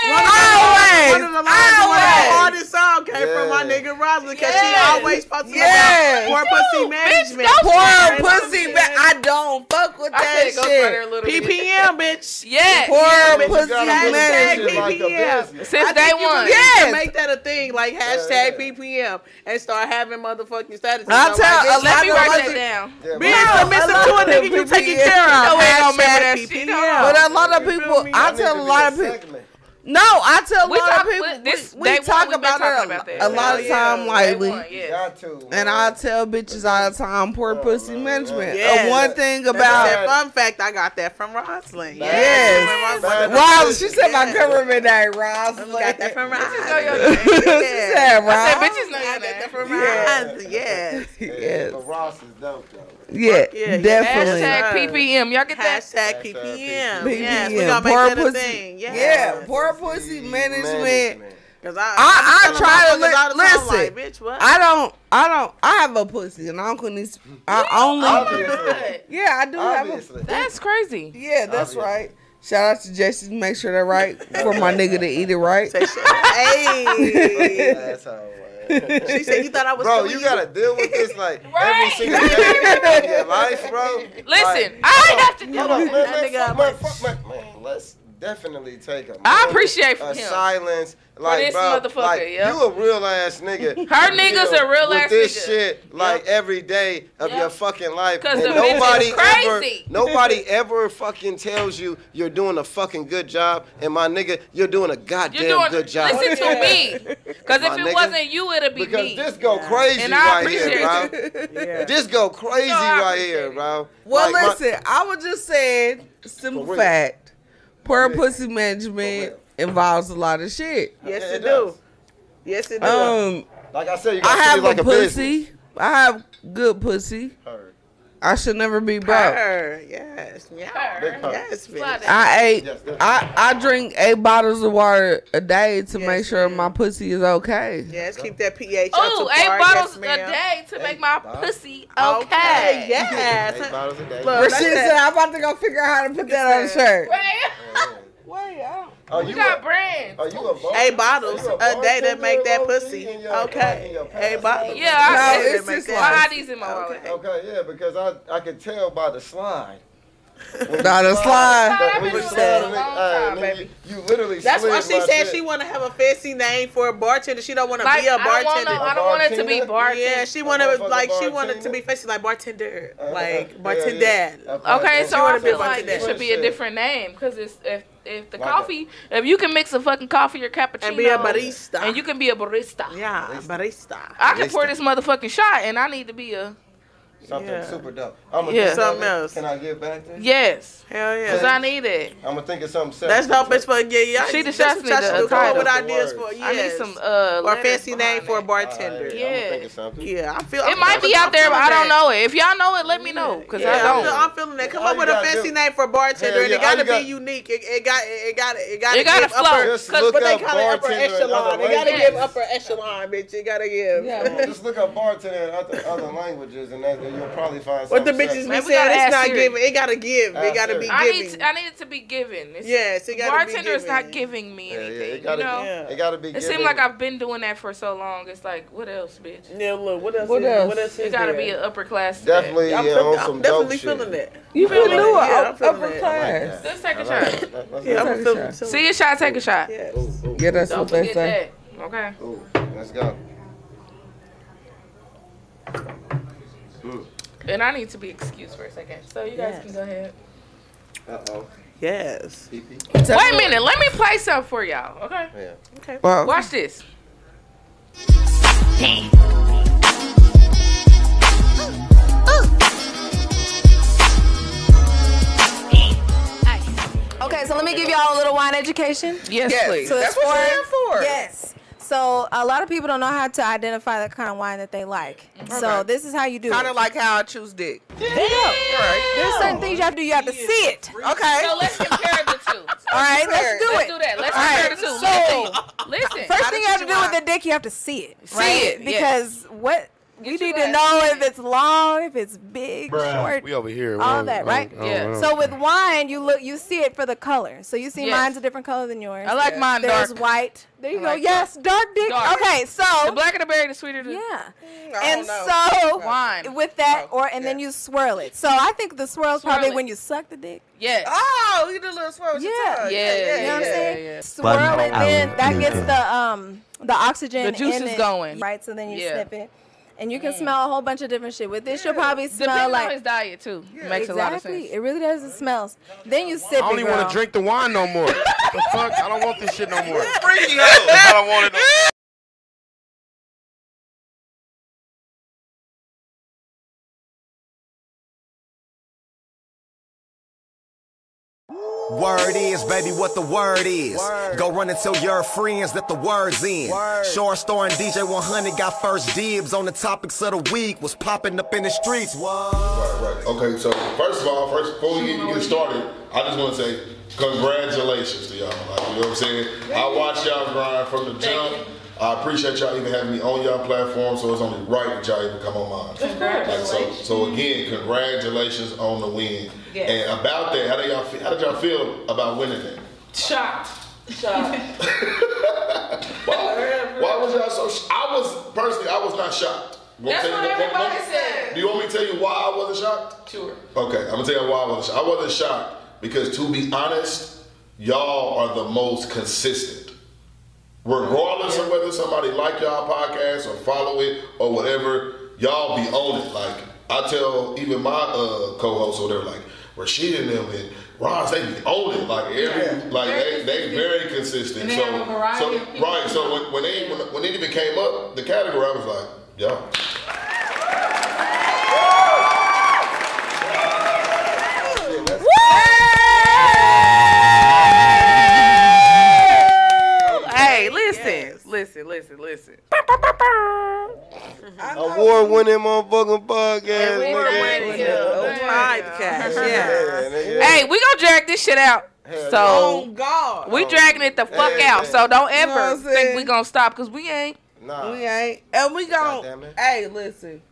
Speaker 6: One of the lines in one of the
Speaker 5: Always.
Speaker 6: hardest song came from my
Speaker 4: Yeah.
Speaker 6: nigga Roslyn because
Speaker 3: Yes.
Speaker 6: she always talks
Speaker 5: Yes.
Speaker 6: about poor pussy management.
Speaker 3: don't
Speaker 5: Poor pussy, man. I don't fuck with
Speaker 3: I
Speaker 5: that
Speaker 3: said, go further a
Speaker 5: shit.
Speaker 3: little bit.
Speaker 6: PPM, bitch.
Speaker 3: Yeah.
Speaker 5: Poor
Speaker 6: You
Speaker 5: pussy
Speaker 6: gotta do that shit.
Speaker 5: management.
Speaker 6: like a
Speaker 3: Since
Speaker 6: I
Speaker 3: day
Speaker 6: think you
Speaker 3: one.
Speaker 6: really
Speaker 5: Yeah.
Speaker 6: need to
Speaker 5: Yes.
Speaker 6: Make that a thing, like
Speaker 4: yeah.
Speaker 6: hashtag PPM, and start having motherfucking statuses.
Speaker 5: I'll
Speaker 6: I'm
Speaker 5: tell-
Speaker 6: like,
Speaker 5: uh,
Speaker 6: bitch,
Speaker 3: Let me
Speaker 5: I know
Speaker 3: write
Speaker 5: what
Speaker 3: that
Speaker 5: you-
Speaker 3: down.
Speaker 6: Being
Speaker 5: Bro,
Speaker 6: submissive
Speaker 5: I
Speaker 6: to a
Speaker 5: love
Speaker 6: nigga, you
Speaker 5: that
Speaker 6: taking
Speaker 5: PPM.
Speaker 6: care
Speaker 3: No,
Speaker 6: of.
Speaker 3: we ain't gonna remember that
Speaker 6: Hashtag
Speaker 3: shit. Hold
Speaker 6: PPM.
Speaker 5: But a lot of people, I tell a lot of people. No, I tell a
Speaker 3: We
Speaker 5: lot
Speaker 3: talk-
Speaker 5: of people.
Speaker 3: we- this-
Speaker 5: we we
Speaker 3: they-
Speaker 5: talk
Speaker 3: we've been
Speaker 5: about
Speaker 3: talking
Speaker 5: it a,
Speaker 3: about that.
Speaker 5: a lot of
Speaker 6: Hell yeah. Oh,
Speaker 5: time
Speaker 3: Day
Speaker 5: lightly,
Speaker 3: one, yeah.
Speaker 4: Got to.
Speaker 5: and I tell bitches all the time, poor pussy management.
Speaker 6: Yeah.
Speaker 5: Uh, one thing
Speaker 6: That
Speaker 5: about
Speaker 6: fun fact, I got that from Roslyn.
Speaker 5: Yes.
Speaker 6: Yes.
Speaker 5: Ross, she said my government name, Ross.
Speaker 6: Got that from
Speaker 3: Know
Speaker 6: Roslyn.
Speaker 3: your
Speaker 5: she
Speaker 3: name.
Speaker 5: said
Speaker 3: I said,
Speaker 5: Ross.
Speaker 3: bitches know
Speaker 6: I
Speaker 3: your
Speaker 6: got that
Speaker 3: name.
Speaker 6: from
Speaker 5: Yeah.
Speaker 6: Roslyn. Yes.
Speaker 5: Yes,
Speaker 4: But Ross is dope though.
Speaker 5: yeah,
Speaker 6: yeah.
Speaker 5: definitely.
Speaker 6: Hashtag-
Speaker 3: Hashtag PPM. Y'all get that?
Speaker 6: Hashtag
Speaker 4: PPM.
Speaker 6: PPM.
Speaker 5: BBM,
Speaker 6: Yes, we gonna make
Speaker 5: poor
Speaker 6: that a
Speaker 5: pussy.
Speaker 6: thing.
Speaker 5: Yeah,
Speaker 6: Yeah.
Speaker 5: poor pussy management.
Speaker 6: Cause I,
Speaker 5: I-
Speaker 6: be
Speaker 5: I try to
Speaker 6: telling motherfuckers
Speaker 5: li-
Speaker 6: all the time, like, bitch, what?
Speaker 5: I don't, I don't, I have a pussy, and I don't. Need, I only,
Speaker 4: Obviously.
Speaker 5: yeah, I do have a
Speaker 4: Obviously.
Speaker 3: That's crazy.
Speaker 5: Yeah, that's
Speaker 4: Obviously.
Speaker 5: right. Shout out to Jason, make sure that right for my nigga to eat it right.
Speaker 6: Say shit. hey.
Speaker 4: Asshole, man.
Speaker 6: She said, "You thought I was
Speaker 4: Bro,
Speaker 6: still
Speaker 4: you
Speaker 6: eating?"
Speaker 4: gotta deal with this like every
Speaker 3: Right.
Speaker 4: single day of your life, bro.
Speaker 3: Listen,
Speaker 4: Like,
Speaker 3: I ain't have to do
Speaker 4: Hold on,
Speaker 3: it.
Speaker 4: man,
Speaker 6: That
Speaker 4: man,
Speaker 6: nigga
Speaker 4: fuck,
Speaker 6: like-
Speaker 4: man, fuck, man, man, let's definitely take a.
Speaker 3: I
Speaker 4: moment
Speaker 3: appreciate
Speaker 4: of
Speaker 3: him.
Speaker 4: silence. Like,
Speaker 3: this
Speaker 4: bro,
Speaker 3: motherfucker,
Speaker 4: like,
Speaker 3: yeah.
Speaker 4: you a real ass nigga.
Speaker 3: Her
Speaker 4: You
Speaker 3: niggas
Speaker 4: deal
Speaker 3: a real
Speaker 4: with
Speaker 3: ass
Speaker 4: this
Speaker 3: nigga.
Speaker 4: shit like every day of
Speaker 3: Yep.
Speaker 4: your fucking life.
Speaker 3: 'Cause
Speaker 4: and
Speaker 3: the bitch is
Speaker 4: nobody
Speaker 3: crazy.
Speaker 4: ever, nobody ever fucking tells you you're doing a fucking good job. And my nigga, you're doing a goddamn
Speaker 3: You're doing
Speaker 4: good job.
Speaker 3: Listen to me, because
Speaker 4: My
Speaker 3: if it
Speaker 4: nigga.
Speaker 3: wasn't you, it'd be
Speaker 4: because
Speaker 3: me.
Speaker 4: this go crazy
Speaker 3: And I
Speaker 4: right here,
Speaker 3: appreciate
Speaker 4: bro.
Speaker 6: Yeah.
Speaker 4: This go crazy
Speaker 3: No, I
Speaker 4: right
Speaker 3: appreciate
Speaker 4: here,
Speaker 3: it.
Speaker 4: bro.
Speaker 5: Well,
Speaker 4: Like, my-
Speaker 5: listen, I was just saying, simple
Speaker 4: For real.
Speaker 5: fact, poor
Speaker 4: real.
Speaker 5: pussy
Speaker 4: For
Speaker 5: management involves a lot of shit.
Speaker 6: Yes,
Speaker 4: Yeah, it
Speaker 6: it
Speaker 4: does.
Speaker 6: do. Yes, it do.
Speaker 5: Um,
Speaker 4: like I said, you
Speaker 5: I
Speaker 4: gotta treat
Speaker 5: have
Speaker 4: it like
Speaker 5: a
Speaker 4: a business.
Speaker 5: pussy. I have good pussy.
Speaker 4: Heard.
Speaker 5: I should never be broke.
Speaker 6: Purr. Yes. Yeah.
Speaker 3: Her.
Speaker 4: Big purr.
Speaker 6: Yes, bitch.
Speaker 5: I ate.
Speaker 4: Yes, that's-
Speaker 5: I I drink eight bottles of water a day to
Speaker 6: Yes,
Speaker 5: make sure
Speaker 6: ma'am.
Speaker 5: my pussy is okay.
Speaker 6: Yes, keep that pH up
Speaker 3: Ooh,
Speaker 6: to
Speaker 3: eight
Speaker 6: par.
Speaker 3: bottles
Speaker 6: yes,
Speaker 3: a
Speaker 6: ma'am.
Speaker 3: day to
Speaker 4: Eight
Speaker 3: make my
Speaker 4: bottles.
Speaker 3: pussy
Speaker 6: Okay,
Speaker 3: okay.
Speaker 6: yes.
Speaker 4: Eight bottles a day.
Speaker 6: Look,
Speaker 5: Rashida
Speaker 6: that's
Speaker 5: said,
Speaker 6: that-
Speaker 5: "I'm about to go figure out how to put that on a shirt."
Speaker 3: Right?
Speaker 5: Wait, I don't.
Speaker 4: Are
Speaker 3: You
Speaker 4: you
Speaker 3: got
Speaker 4: a-
Speaker 3: brands.
Speaker 4: Are you a bar-
Speaker 6: Eight bottles
Speaker 4: Are you
Speaker 6: a day
Speaker 4: bartender,
Speaker 6: to make that
Speaker 4: low key,
Speaker 6: pussy.
Speaker 4: in your- in
Speaker 6: Okay.
Speaker 4: your
Speaker 6: Eight
Speaker 4: past?
Speaker 6: bottles.
Speaker 3: Yeah, I-
Speaker 5: No,
Speaker 6: Day to
Speaker 5: it's
Speaker 6: make
Speaker 5: just
Speaker 6: that
Speaker 5: like-
Speaker 3: I
Speaker 6: pussy.
Speaker 3: had these in my wallet.
Speaker 4: Okay, yeah, because I I could tell by the slide.
Speaker 5: Nah, the slide.
Speaker 3: I've been
Speaker 4: When you
Speaker 3: doing
Speaker 4: slide,
Speaker 3: that a
Speaker 4: nigga,
Speaker 3: long
Speaker 4: ah,
Speaker 3: time,
Speaker 4: nigga,
Speaker 3: baby.
Speaker 4: You literally.
Speaker 6: That's why
Speaker 4: slid
Speaker 6: she
Speaker 4: my
Speaker 6: said
Speaker 4: shit.
Speaker 6: she want to have a fancy name for a bartender. She don't want to
Speaker 3: Like,
Speaker 6: be
Speaker 3: I
Speaker 6: a
Speaker 3: don't want no,
Speaker 6: bartender.
Speaker 3: I don't want it to be
Speaker 4: Bartender?
Speaker 3: bartender.
Speaker 6: yeah, she want to
Speaker 4: motherfucking
Speaker 6: like she wanted to
Speaker 4: bartender.
Speaker 6: be fancy like bartender,
Speaker 4: Uh, uh,
Speaker 6: like
Speaker 4: yeah,
Speaker 6: bartender.
Speaker 4: yeah.
Speaker 3: Okay, so I
Speaker 6: wanna be
Speaker 3: feel
Speaker 6: like
Speaker 3: like
Speaker 6: that.
Speaker 3: it should be a
Speaker 4: Shit.
Speaker 3: different name because it's if if the
Speaker 4: Like a-
Speaker 3: coffee if you can mix a fucking coffee or cappuccino
Speaker 4: Uh,
Speaker 6: And be a barista.
Speaker 3: and you can be a barista.
Speaker 6: Yeah, barista.
Speaker 3: I can pour
Speaker 4: Barista.
Speaker 3: this motherfucking shot and I need to be a
Speaker 4: something
Speaker 6: Yeah.
Speaker 4: super dope. I'm
Speaker 3: Yeah.
Speaker 6: Something else.
Speaker 4: Can I get back to? Yeah.
Speaker 3: yes
Speaker 6: Hell
Speaker 3: because
Speaker 6: yeah.
Speaker 3: I need it.
Speaker 4: I'm gonna think of something.
Speaker 6: That's
Speaker 4: sexy.
Speaker 6: dope as fuck. Yeah, yeah.
Speaker 3: She the
Speaker 6: That's
Speaker 3: shots
Speaker 6: what
Speaker 3: need
Speaker 6: y'all
Speaker 3: a
Speaker 6: should do. Come up
Speaker 3: title.
Speaker 6: with ideas for.
Speaker 4: I
Speaker 6: Yes.
Speaker 3: I need some uh
Speaker 6: or
Speaker 3: letters
Speaker 6: fancy name
Speaker 3: behind
Speaker 6: for a
Speaker 3: that.
Speaker 6: bartender.
Speaker 4: Alright,
Speaker 6: yeah.
Speaker 4: I'm
Speaker 3: Yeah.
Speaker 4: gonna think of something.
Speaker 6: I feel
Speaker 3: It might be out there, but I don't know it. If y'all know it, let me know because
Speaker 6: Yeah,
Speaker 3: I
Speaker 6: I'm,
Speaker 3: don't.
Speaker 6: feel- I'm feeling that. Come
Speaker 4: All
Speaker 6: up
Speaker 4: you
Speaker 6: with a
Speaker 4: gotta
Speaker 6: fancy
Speaker 4: do-
Speaker 6: name for bartender,
Speaker 4: Hell
Speaker 6: and it
Speaker 4: yeah, all
Speaker 6: gotta
Speaker 4: you
Speaker 6: be
Speaker 4: got-
Speaker 6: unique. It, it got it got it got
Speaker 3: It gotta
Speaker 6: give
Speaker 3: flow.
Speaker 6: upper,
Speaker 4: Just
Speaker 6: Oh, cause
Speaker 4: look
Speaker 6: what they
Speaker 4: up
Speaker 6: call it upper
Speaker 4: bartender in
Speaker 6: echelon.
Speaker 4: other
Speaker 6: They gotta
Speaker 4: languages.
Speaker 6: give upper echelon, bitch. You gotta give.
Speaker 3: Yeah.
Speaker 4: Just look up bartender in other, other languages, and that, you'll probably find
Speaker 6: What the
Speaker 4: something.
Speaker 6: bitches
Speaker 4: sexy.
Speaker 6: be
Speaker 3: Maybe we gotta
Speaker 6: saying?
Speaker 3: ask
Speaker 6: It's not
Speaker 3: Siri.
Speaker 6: giving. It gotta give.
Speaker 4: Ask
Speaker 6: It gotta be
Speaker 4: Siri.
Speaker 3: I need
Speaker 6: giving.
Speaker 3: to, I need it to be given. It's-
Speaker 6: Yes, it gotta be
Speaker 3: bartender is not
Speaker 6: giving.
Speaker 3: giving me
Speaker 4: Yeah, yeah,
Speaker 3: anything.
Speaker 4: it gotta,
Speaker 3: you know,
Speaker 6: Yeah.
Speaker 4: it gotta be.
Speaker 3: it
Speaker 4: given.
Speaker 3: seems like I've been doing that for so long. It's like, what else, bitch?
Speaker 6: Yeah, look. What else?
Speaker 5: What
Speaker 6: is,
Speaker 5: else?
Speaker 6: What else is
Speaker 3: It gotta
Speaker 6: there?
Speaker 3: be an upper class. to that.
Speaker 4: definitely
Speaker 6: I'm,
Speaker 4: yeah,
Speaker 6: feel-
Speaker 4: on
Speaker 6: I'm
Speaker 4: some dope
Speaker 6: definitely
Speaker 4: shit.
Speaker 6: feeling that.
Speaker 5: You feel
Speaker 6: feeling
Speaker 5: new
Speaker 6: it? Yeah, I'm
Speaker 5: up-
Speaker 6: feeling
Speaker 5: upper
Speaker 6: it.
Speaker 4: I like
Speaker 5: class?
Speaker 4: that.
Speaker 3: Let's take a
Speaker 4: I like
Speaker 3: shot.
Speaker 4: that. Let's- let's
Speaker 6: Yeah,
Speaker 4: do
Speaker 6: I'm
Speaker 4: it.
Speaker 6: feeling.
Speaker 3: See a shot, take a shot.
Speaker 6: Yes.
Speaker 4: Ooh, ooh,
Speaker 5: Yeah, that's
Speaker 3: Don't
Speaker 5: what they
Speaker 3: forget
Speaker 5: say.
Speaker 3: that. Okay.
Speaker 4: ooh. Let's go. Mm.
Speaker 3: And I need to be excused for a second. So you guys
Speaker 6: Yes.
Speaker 3: can go ahead.
Speaker 4: Uh oh.
Speaker 6: Yes.
Speaker 3: Wait a minute. Let me play something for y'all. Okay.
Speaker 4: Yeah.
Speaker 6: Okay.
Speaker 5: Well,
Speaker 3: Watch this.
Speaker 7: Okay, so let me give y'all a little wine education.
Speaker 3: Yes,
Speaker 5: Yes.
Speaker 3: please.
Speaker 7: So
Speaker 5: That's
Speaker 7: it's
Speaker 5: what you're here for.
Speaker 7: Yes. So a lot of people don't know how to identify the kind of wine that they like. So this is how you do
Speaker 5: kind of
Speaker 7: it.
Speaker 5: like how I choose dick.
Speaker 7: There's
Speaker 3: Oh.
Speaker 7: certain things you have to do. You have to see it.
Speaker 5: Okay.
Speaker 3: So let's compare the two.
Speaker 7: All right, let's do
Speaker 3: Let's
Speaker 7: it.
Speaker 3: do that. Let's
Speaker 7: All right,
Speaker 3: compare the two. Listen. Listen.
Speaker 7: First thing you have to
Speaker 5: you
Speaker 7: do with
Speaker 5: want.
Speaker 7: the dick, you have to see it.
Speaker 3: See
Speaker 7: right?
Speaker 3: it,
Speaker 7: Because what you
Speaker 3: Get your
Speaker 7: need
Speaker 3: ass
Speaker 7: to know
Speaker 3: in
Speaker 7: if it's long, if it's big, short,
Speaker 8: We over here. we
Speaker 7: all
Speaker 8: don't-
Speaker 7: that,
Speaker 8: we don't-
Speaker 7: right?
Speaker 8: we don't-
Speaker 3: Yeah.
Speaker 8: we don't-
Speaker 7: So with wine, you look, you see it for the color. So you see
Speaker 3: Yes.
Speaker 7: mine's a different color than yours.
Speaker 3: I like mine
Speaker 7: There's
Speaker 3: dark.
Speaker 7: white. There you
Speaker 3: I
Speaker 7: go.
Speaker 3: like
Speaker 7: yes, dark dick.
Speaker 3: Dark.
Speaker 7: Okay, so
Speaker 3: The blacker the berry, the sweeter the.
Speaker 7: yeah,
Speaker 6: I
Speaker 7: and
Speaker 6: don't know.
Speaker 7: so
Speaker 3: Wine.
Speaker 7: with that, or and then you swirl it. So I think the swirl's
Speaker 3: Swirl
Speaker 7: probably
Speaker 3: it.
Speaker 7: when you suck the dick.
Speaker 3: Yes.
Speaker 6: Oh, you did a little swirl. with your
Speaker 7: Yeah.
Speaker 6: tongue.
Speaker 3: Yeah,
Speaker 7: You know what I'm
Speaker 3: yeah,
Speaker 7: saying?
Speaker 3: yeah.
Speaker 7: Swirl it, then that gets the um the oxygen.
Speaker 3: The juice
Speaker 7: in
Speaker 3: is
Speaker 7: it,
Speaker 3: going.
Speaker 7: Right, so then you
Speaker 3: Yeah. Mm.
Speaker 7: sniff it, and you can smell a whole bunch of different shit. With this, you'll probably smell
Speaker 3: Depending
Speaker 7: like
Speaker 3: on his diet too. Makes a lot of sense.
Speaker 7: Exactly. It really does. It smells. Then you sip
Speaker 8: I don't
Speaker 7: it,
Speaker 8: even want
Speaker 7: girl.
Speaker 8: to drink the wine no more. the fuck? I don't want this shit no more.
Speaker 4: Freaky hoe.
Speaker 8: I don't want it no more.
Speaker 9: Word is, baby, what the word is. Go run and tell your friends that the word's in. Short Star and DJ 100 got first dibs on the topics of the week. Was popping up in the streets. Whoa.
Speaker 10: Right. Okay, so first of all, first before we even get started, I just want to say congratulations to y'all. Like, you know what I'm saying? I watched y'all grind from the jump. I appreciate y'all even having me on y'all platform, so it's only right that y'all even come on mine. Like, so, so again, congratulations on the win. And about that, how did y'all feel, how did y'all feel about winning that?
Speaker 3: Shocked. Shocked.
Speaker 10: Why, why was y'all so? Sh- I was personally, I was not shocked. Wanna
Speaker 3: That's
Speaker 10: tell
Speaker 3: what
Speaker 10: you- wanna-
Speaker 3: everybody
Speaker 10: wanna-
Speaker 3: said.
Speaker 10: Do you want me to tell you why I wasn't shocked?
Speaker 3: Sure.
Speaker 10: Okay, I'm gonna tell you why I wasn't. shocked. I wasn't shocked because, to be honest, y'all are the most consistent. Regardless of whether somebody like y'all podcast or follow it or whatever, y'all be on it. Like I tell even my uh, co-hosts or whatever, like Rashid and them and Roz, they be on it. Like every, like they, they very consistent.
Speaker 3: And they
Speaker 10: so,
Speaker 3: have a variety
Speaker 10: so
Speaker 3: of people.
Speaker 10: right. So when, when they when, when it even came up, the category, I was like, y'all.
Speaker 3: Hey, listen, listen, listen, listen.
Speaker 4: Award winning motherfucking podcast.
Speaker 3: Award-winning, yeah. Podcast, yeah.
Speaker 4: nigga.
Speaker 3: Hey, we gonna drag this shit out. So
Speaker 5: Oh God.
Speaker 3: we dragging it the fuck out. So don't
Speaker 5: You know what
Speaker 3: ever
Speaker 5: I'm
Speaker 3: think
Speaker 5: saying?
Speaker 3: we gonna stop because we ain't.
Speaker 4: Nah.
Speaker 5: We ain't. And we
Speaker 4: Goddamn
Speaker 5: gon'
Speaker 4: it.
Speaker 5: hey, listen.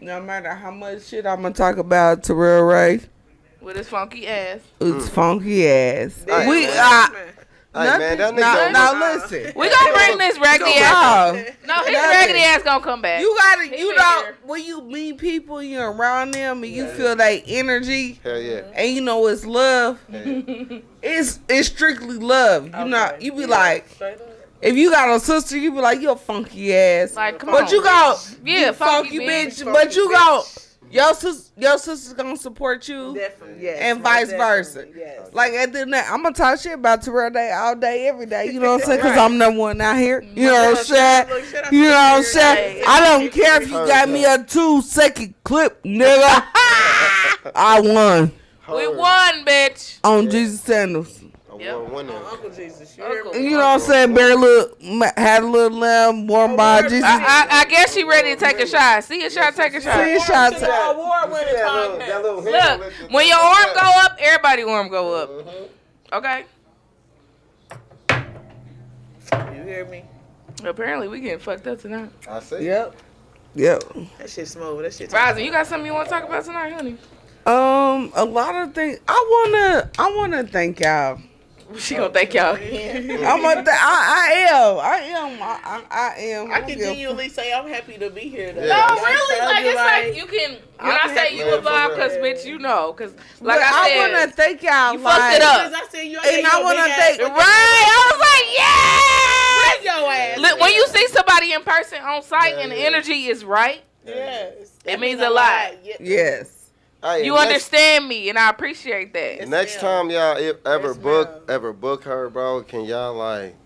Speaker 5: No matter how much shit I'm gonna talk about Terrell Ray, it's
Speaker 3: With his funky ass.
Speaker 5: funky ass.
Speaker 4: Hey,
Speaker 5: we
Speaker 4: man.
Speaker 5: uh,
Speaker 4: Hey, man, that
Speaker 5: nothing-
Speaker 4: nigga. don't-
Speaker 5: now, now listen.
Speaker 3: We gonna bring this raggedy ass.
Speaker 5: No,
Speaker 3: No, his
Speaker 5: Nothing.
Speaker 3: raggedy ass gonna come back.
Speaker 5: you gotta, you
Speaker 3: been
Speaker 5: know,
Speaker 3: here.
Speaker 5: when you meet people, you're around them, and you feel that energy,
Speaker 4: Hell yeah.
Speaker 5: and you know it's love. It's it's strictly love. You know, you be like, if you got a sister, you be like, you're funky ass.
Speaker 3: Like, come
Speaker 5: but
Speaker 3: on.
Speaker 5: you go,
Speaker 3: Yeah,
Speaker 5: you
Speaker 3: funky
Speaker 5: funky,
Speaker 3: bitch,
Speaker 5: bitch. But you go, your sis, your sister's gonna support you,
Speaker 6: Definitely. Yes,
Speaker 5: and
Speaker 6: most
Speaker 5: vice versa.
Speaker 6: definitely, Yes.
Speaker 5: Like at the end, I'm gonna talk shit about Terrell Day all day, every day. You know what I'm saying? Because I'm number one out here. You know what I'm saying?
Speaker 6: Look, shut up,
Speaker 5: You know what I'm
Speaker 6: Terrell
Speaker 5: saying?
Speaker 6: Day.
Speaker 5: I don't care if you got me a two second clip, nigga. I won
Speaker 3: We won, bitch.
Speaker 5: on Jesus Sandals.
Speaker 4: Award winning.
Speaker 6: Uncle Jesus, you hear me?
Speaker 5: You know what I'm saying? Barely look- ma- had a little lamb
Speaker 6: Oh,
Speaker 5: worn by Jesus.
Speaker 3: I, I, I guess she ready to take a shot. See a shot, take a
Speaker 5: See,
Speaker 3: shot.
Speaker 5: shout out to-
Speaker 6: Award-winning podcast.
Speaker 3: Look, when your arm go up, everybody arm go up.
Speaker 4: Mm-hmm.
Speaker 3: Okay.
Speaker 6: You hear me?
Speaker 3: Apparently we getting fucked up tonight.
Speaker 4: I see.
Speaker 5: Yep. Yep.
Speaker 6: That shit smooth. That shit.
Speaker 3: Rosa, you got something you want to talk about tonight, honey?
Speaker 5: Um, a lot of things. I wanna, I wanna thank y'all.
Speaker 3: She gonna thank y'all.
Speaker 5: I'm a, th- I, I am, I am, I, I, I am.
Speaker 6: I
Speaker 5: don't
Speaker 6: can
Speaker 5: give a
Speaker 6: genuinely say I'm happy to be here. Though.
Speaker 4: Yeah. No,
Speaker 3: Oh, really? Like it's like you can. When I
Speaker 6: I'm
Speaker 3: say you
Speaker 4: happy.
Speaker 3: a vibe, cause bitch, you know, cause
Speaker 5: But
Speaker 3: like I
Speaker 5: wanna
Speaker 3: said,
Speaker 5: thank y'all.
Speaker 3: you
Speaker 5: like,
Speaker 3: fucked it up.
Speaker 6: Because I said you
Speaker 5: And I wanna thank-
Speaker 3: Right? I was like, yeah.
Speaker 6: your ass.
Speaker 3: Look, when you see somebody in person on site and the
Speaker 4: Yeah, yeah.
Speaker 3: energy is right,
Speaker 6: yes,
Speaker 3: It means a lot.
Speaker 6: Yeah.
Speaker 5: Yes.
Speaker 4: Hey,
Speaker 3: you
Speaker 4: next-
Speaker 3: understand me, and I appreciate that.
Speaker 4: Next
Speaker 6: ma'am.
Speaker 4: time y'all e- ever
Speaker 6: Yes,
Speaker 4: book
Speaker 6: ma'am.
Speaker 4: ever book her, bro, can y'all like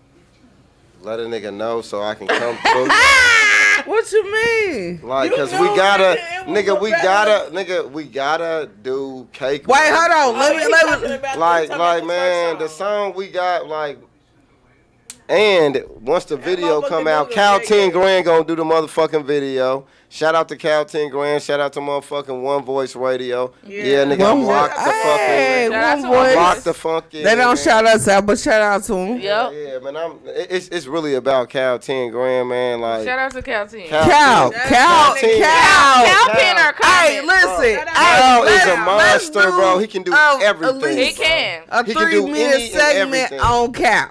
Speaker 4: let a nigga know so I can come book?
Speaker 5: What you mean?
Speaker 4: Like,
Speaker 6: You
Speaker 4: cause we
Speaker 6: know,
Speaker 4: gotta,
Speaker 6: nigga, it was
Speaker 4: nigga,
Speaker 6: a
Speaker 4: we
Speaker 6: better-
Speaker 4: gotta, nigga, we gotta do cake.
Speaker 5: Wait,
Speaker 4: Walk.
Speaker 5: hold on. Let me, let me.
Speaker 4: Like, like, man, the song we got, like, and once the video
Speaker 6: motherfucker
Speaker 4: come
Speaker 6: do
Speaker 4: out,
Speaker 6: the
Speaker 4: Cal
Speaker 6: cake.
Speaker 4: Ten Grand gonna do the motherfucking video. Shout out to Cal Ten Grand. Shout out to motherfucking One Voice Radio. Yeah, nigga,
Speaker 5: One
Speaker 4: rock
Speaker 5: voice.
Speaker 4: the
Speaker 5: Hey,
Speaker 4: fucking,
Speaker 3: That's
Speaker 5: one
Speaker 3: what-
Speaker 5: voice.
Speaker 4: rock the funky.
Speaker 5: They don't
Speaker 4: man.
Speaker 5: shout us out, but shout out to them.
Speaker 3: Yep.
Speaker 4: Yeah, man. I'm. it- It's it's really about Cal Ten Grand, man. Like
Speaker 3: Shout out to Calvin.
Speaker 4: Cal-
Speaker 5: Cow,
Speaker 4: Ten-
Speaker 5: cow,
Speaker 4: Ten.
Speaker 5: cow.
Speaker 3: Cal pin or
Speaker 5: Hey,
Speaker 3: comment.
Speaker 5: listen.
Speaker 6: Shout out.
Speaker 5: hey,
Speaker 4: Cal is a
Speaker 5: let's- let's
Speaker 4: monster,
Speaker 5: do
Speaker 4: bro. He can do
Speaker 5: a-
Speaker 4: everything.
Speaker 5: at
Speaker 3: He
Speaker 5: least
Speaker 3: can.
Speaker 5: A
Speaker 4: He can do
Speaker 5: three
Speaker 4: any and
Speaker 5: minute segment
Speaker 4: everything.
Speaker 5: on cow.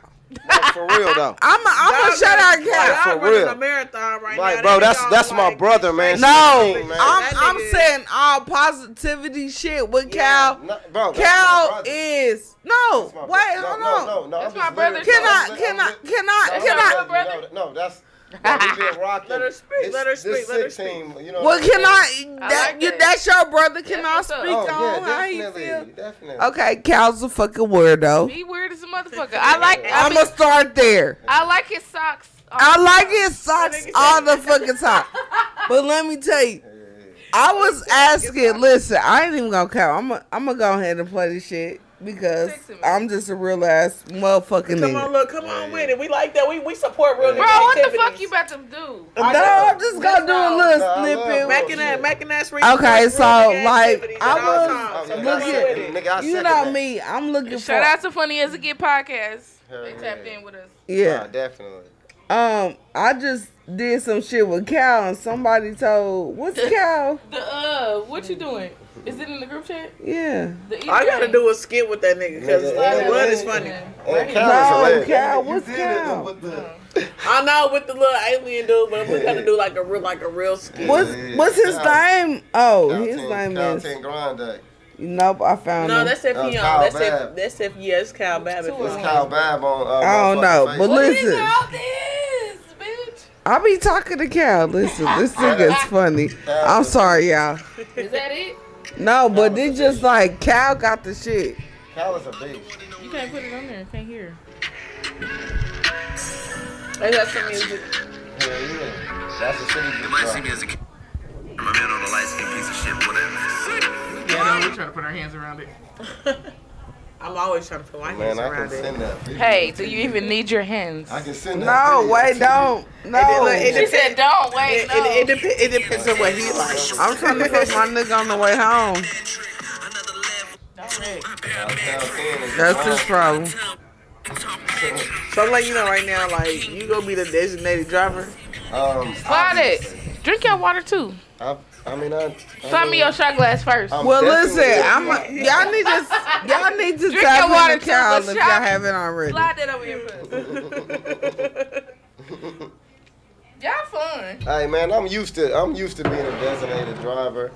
Speaker 4: Like, for real though.
Speaker 5: I'm a, I'm a shout out cow.
Speaker 4: for
Speaker 6: I'm running
Speaker 4: real.
Speaker 6: a marathon right
Speaker 4: Like,
Speaker 6: now.
Speaker 4: bro,
Speaker 6: They
Speaker 4: that's
Speaker 6: all
Speaker 4: that's my
Speaker 6: like,
Speaker 4: brother, man.
Speaker 5: No,
Speaker 4: Shit, man.
Speaker 5: I'm
Speaker 6: That
Speaker 5: I'm
Speaker 6: nigga-
Speaker 5: saying all positivity shit with
Speaker 6: Yeah.
Speaker 5: cow.
Speaker 4: No, bro, that's my
Speaker 5: Cow
Speaker 4: brother.
Speaker 5: is no.
Speaker 4: That's my
Speaker 5: Wait,
Speaker 4: bro- no,
Speaker 5: hold on.
Speaker 4: No, no, no.
Speaker 3: That's
Speaker 4: I'm just
Speaker 3: my brother.
Speaker 4: literally-
Speaker 5: Can I?
Speaker 4: I'm li-
Speaker 5: Can
Speaker 4: I'm
Speaker 5: I?
Speaker 4: li-
Speaker 5: Can I?
Speaker 4: I'm
Speaker 5: Can
Speaker 4: not
Speaker 5: I?
Speaker 3: Can I-
Speaker 4: really- No, no, that's. bro, we been rocking.
Speaker 6: Let her speak,
Speaker 4: This-
Speaker 6: let her
Speaker 4: this
Speaker 6: speak, let her
Speaker 4: 16, You know
Speaker 5: Well,
Speaker 4: what I'm
Speaker 5: can I?
Speaker 3: I
Speaker 5: That,
Speaker 3: like
Speaker 5: you,
Speaker 3: that.
Speaker 5: that's your brother. Can
Speaker 3: That's
Speaker 5: I
Speaker 3: what's up.
Speaker 5: speak
Speaker 4: saying?
Speaker 5: on
Speaker 4: Oh,
Speaker 5: how he
Speaker 4: yeah,
Speaker 5: feel?
Speaker 4: definitely, definitely.
Speaker 5: Okay, Cal's a fucking weirdo.
Speaker 3: He weird as a motherfucker. I like. I,
Speaker 5: I'm
Speaker 3: mean,
Speaker 5: gonna start there.
Speaker 3: I like his socks.
Speaker 5: I like his socks all the fucking time. But let me tell you, I was asking. Listen, I ain't even gonna count. I'm gonna I'm gonna go ahead and play this shit because I'm just a real ass motherfucking
Speaker 6: Come on,
Speaker 5: nigga.
Speaker 6: look, come on with it. We like that. We we support real
Speaker 3: Bro, what the fuck
Speaker 6: activities.
Speaker 3: you about to do?
Speaker 5: No, I'm just gonna do a
Speaker 4: Nah,
Speaker 5: little
Speaker 4: I love
Speaker 5: snippet.
Speaker 4: it.
Speaker 6: Mac and that, Mac and that's real-
Speaker 5: Okay,
Speaker 6: real
Speaker 5: so,
Speaker 6: activities
Speaker 5: like,
Speaker 6: at
Speaker 5: I
Speaker 6: all
Speaker 5: was-
Speaker 6: times.
Speaker 4: Oh,
Speaker 6: So
Speaker 4: yeah,
Speaker 6: come
Speaker 5: look
Speaker 6: on
Speaker 4: I
Speaker 5: at-
Speaker 6: with
Speaker 4: second
Speaker 6: it.
Speaker 4: that. Nigga, I
Speaker 5: You
Speaker 4: second
Speaker 5: know
Speaker 4: that.
Speaker 5: me. I'm looking for.
Speaker 3: Shout out to Funny as It Get podcast.
Speaker 4: Hell
Speaker 3: They
Speaker 4: yeah.
Speaker 3: tapped in with us.
Speaker 4: Nah,
Speaker 5: Yeah.
Speaker 4: definitely.
Speaker 5: Um, I just did some shit with Cal, and somebody told, "What's Cal?"
Speaker 3: The uh, what you doing? Is it in the group chat?
Speaker 5: Yeah.
Speaker 3: The eat
Speaker 6: I gotta
Speaker 3: thing.
Speaker 6: do a skit with that nigga because
Speaker 4: Yeah.
Speaker 6: what is funny?
Speaker 4: And Cal is
Speaker 5: No,
Speaker 4: hilarious.
Speaker 5: Cal. What's Cal?
Speaker 6: I know with the little alien dude, but we gotta do like a real, like a real skit.
Speaker 5: What's What's his
Speaker 4: Cal.
Speaker 5: name? Oh,
Speaker 4: Cal
Speaker 5: his
Speaker 4: Ten-
Speaker 5: name
Speaker 4: Cal
Speaker 5: is.
Speaker 4: Ten Grande.
Speaker 5: Nope, I found
Speaker 6: No,
Speaker 5: him.
Speaker 6: that's if
Speaker 4: Uh,
Speaker 6: you know.
Speaker 4: Kyle
Speaker 6: That's
Speaker 4: Babb.
Speaker 6: if that's if yeah, it's Kyle Babbitt.
Speaker 4: It's Kyle Bab on. Uh,
Speaker 5: I don't know,
Speaker 4: motherfucking
Speaker 5: but
Speaker 4: Facebook.
Speaker 5: listen. I be talking to Cal. Listen, this nigga's funny. I'm sorry, y'all.
Speaker 3: Is that it?
Speaker 5: No, but it's just like Cal got the shit.
Speaker 4: Cal is a beast.
Speaker 3: You can't put it on there. I can't hear. I got some music.
Speaker 4: Hell yeah. That's the city. You might see me as a
Speaker 11: My man on the light skin piece of shit, whatever.
Speaker 6: Yeah, no, we trying to put our hands around it. I'm always trying to put my hands
Speaker 4: Man, I
Speaker 6: around
Speaker 4: can
Speaker 6: it.
Speaker 4: send that.
Speaker 3: Hey, do you even need your hands?
Speaker 4: I can send that.
Speaker 5: No, wait, don't. No.
Speaker 3: She said, "Don't wait."
Speaker 6: It,
Speaker 3: no.
Speaker 6: it, it, dep- it depends on what he likes.
Speaker 5: I'm trying to fuck my nigga on the way home. That's his problem.
Speaker 6: So I'm letting you know right now, like you gonna be the designated driver.
Speaker 4: Um,
Speaker 3: Find it. Drink your water too.
Speaker 4: I, I mean, I. I
Speaker 3: Find me
Speaker 4: mean,
Speaker 6: Oh.
Speaker 3: your shot glass first.
Speaker 6: Um,
Speaker 4: I'm
Speaker 5: Well,
Speaker 4: definitely-
Speaker 5: listen, I'm a, y'all need to y'all need to
Speaker 3: Drink your
Speaker 5: tap
Speaker 3: water,
Speaker 5: into Cal
Speaker 3: too,
Speaker 5: if
Speaker 3: but
Speaker 5: y'all
Speaker 3: shop-
Speaker 5: haven't already.
Speaker 3: Slide that over your pussy. Y'all fun.
Speaker 4: Hey man, I'm used to I'm used to being a designated driver.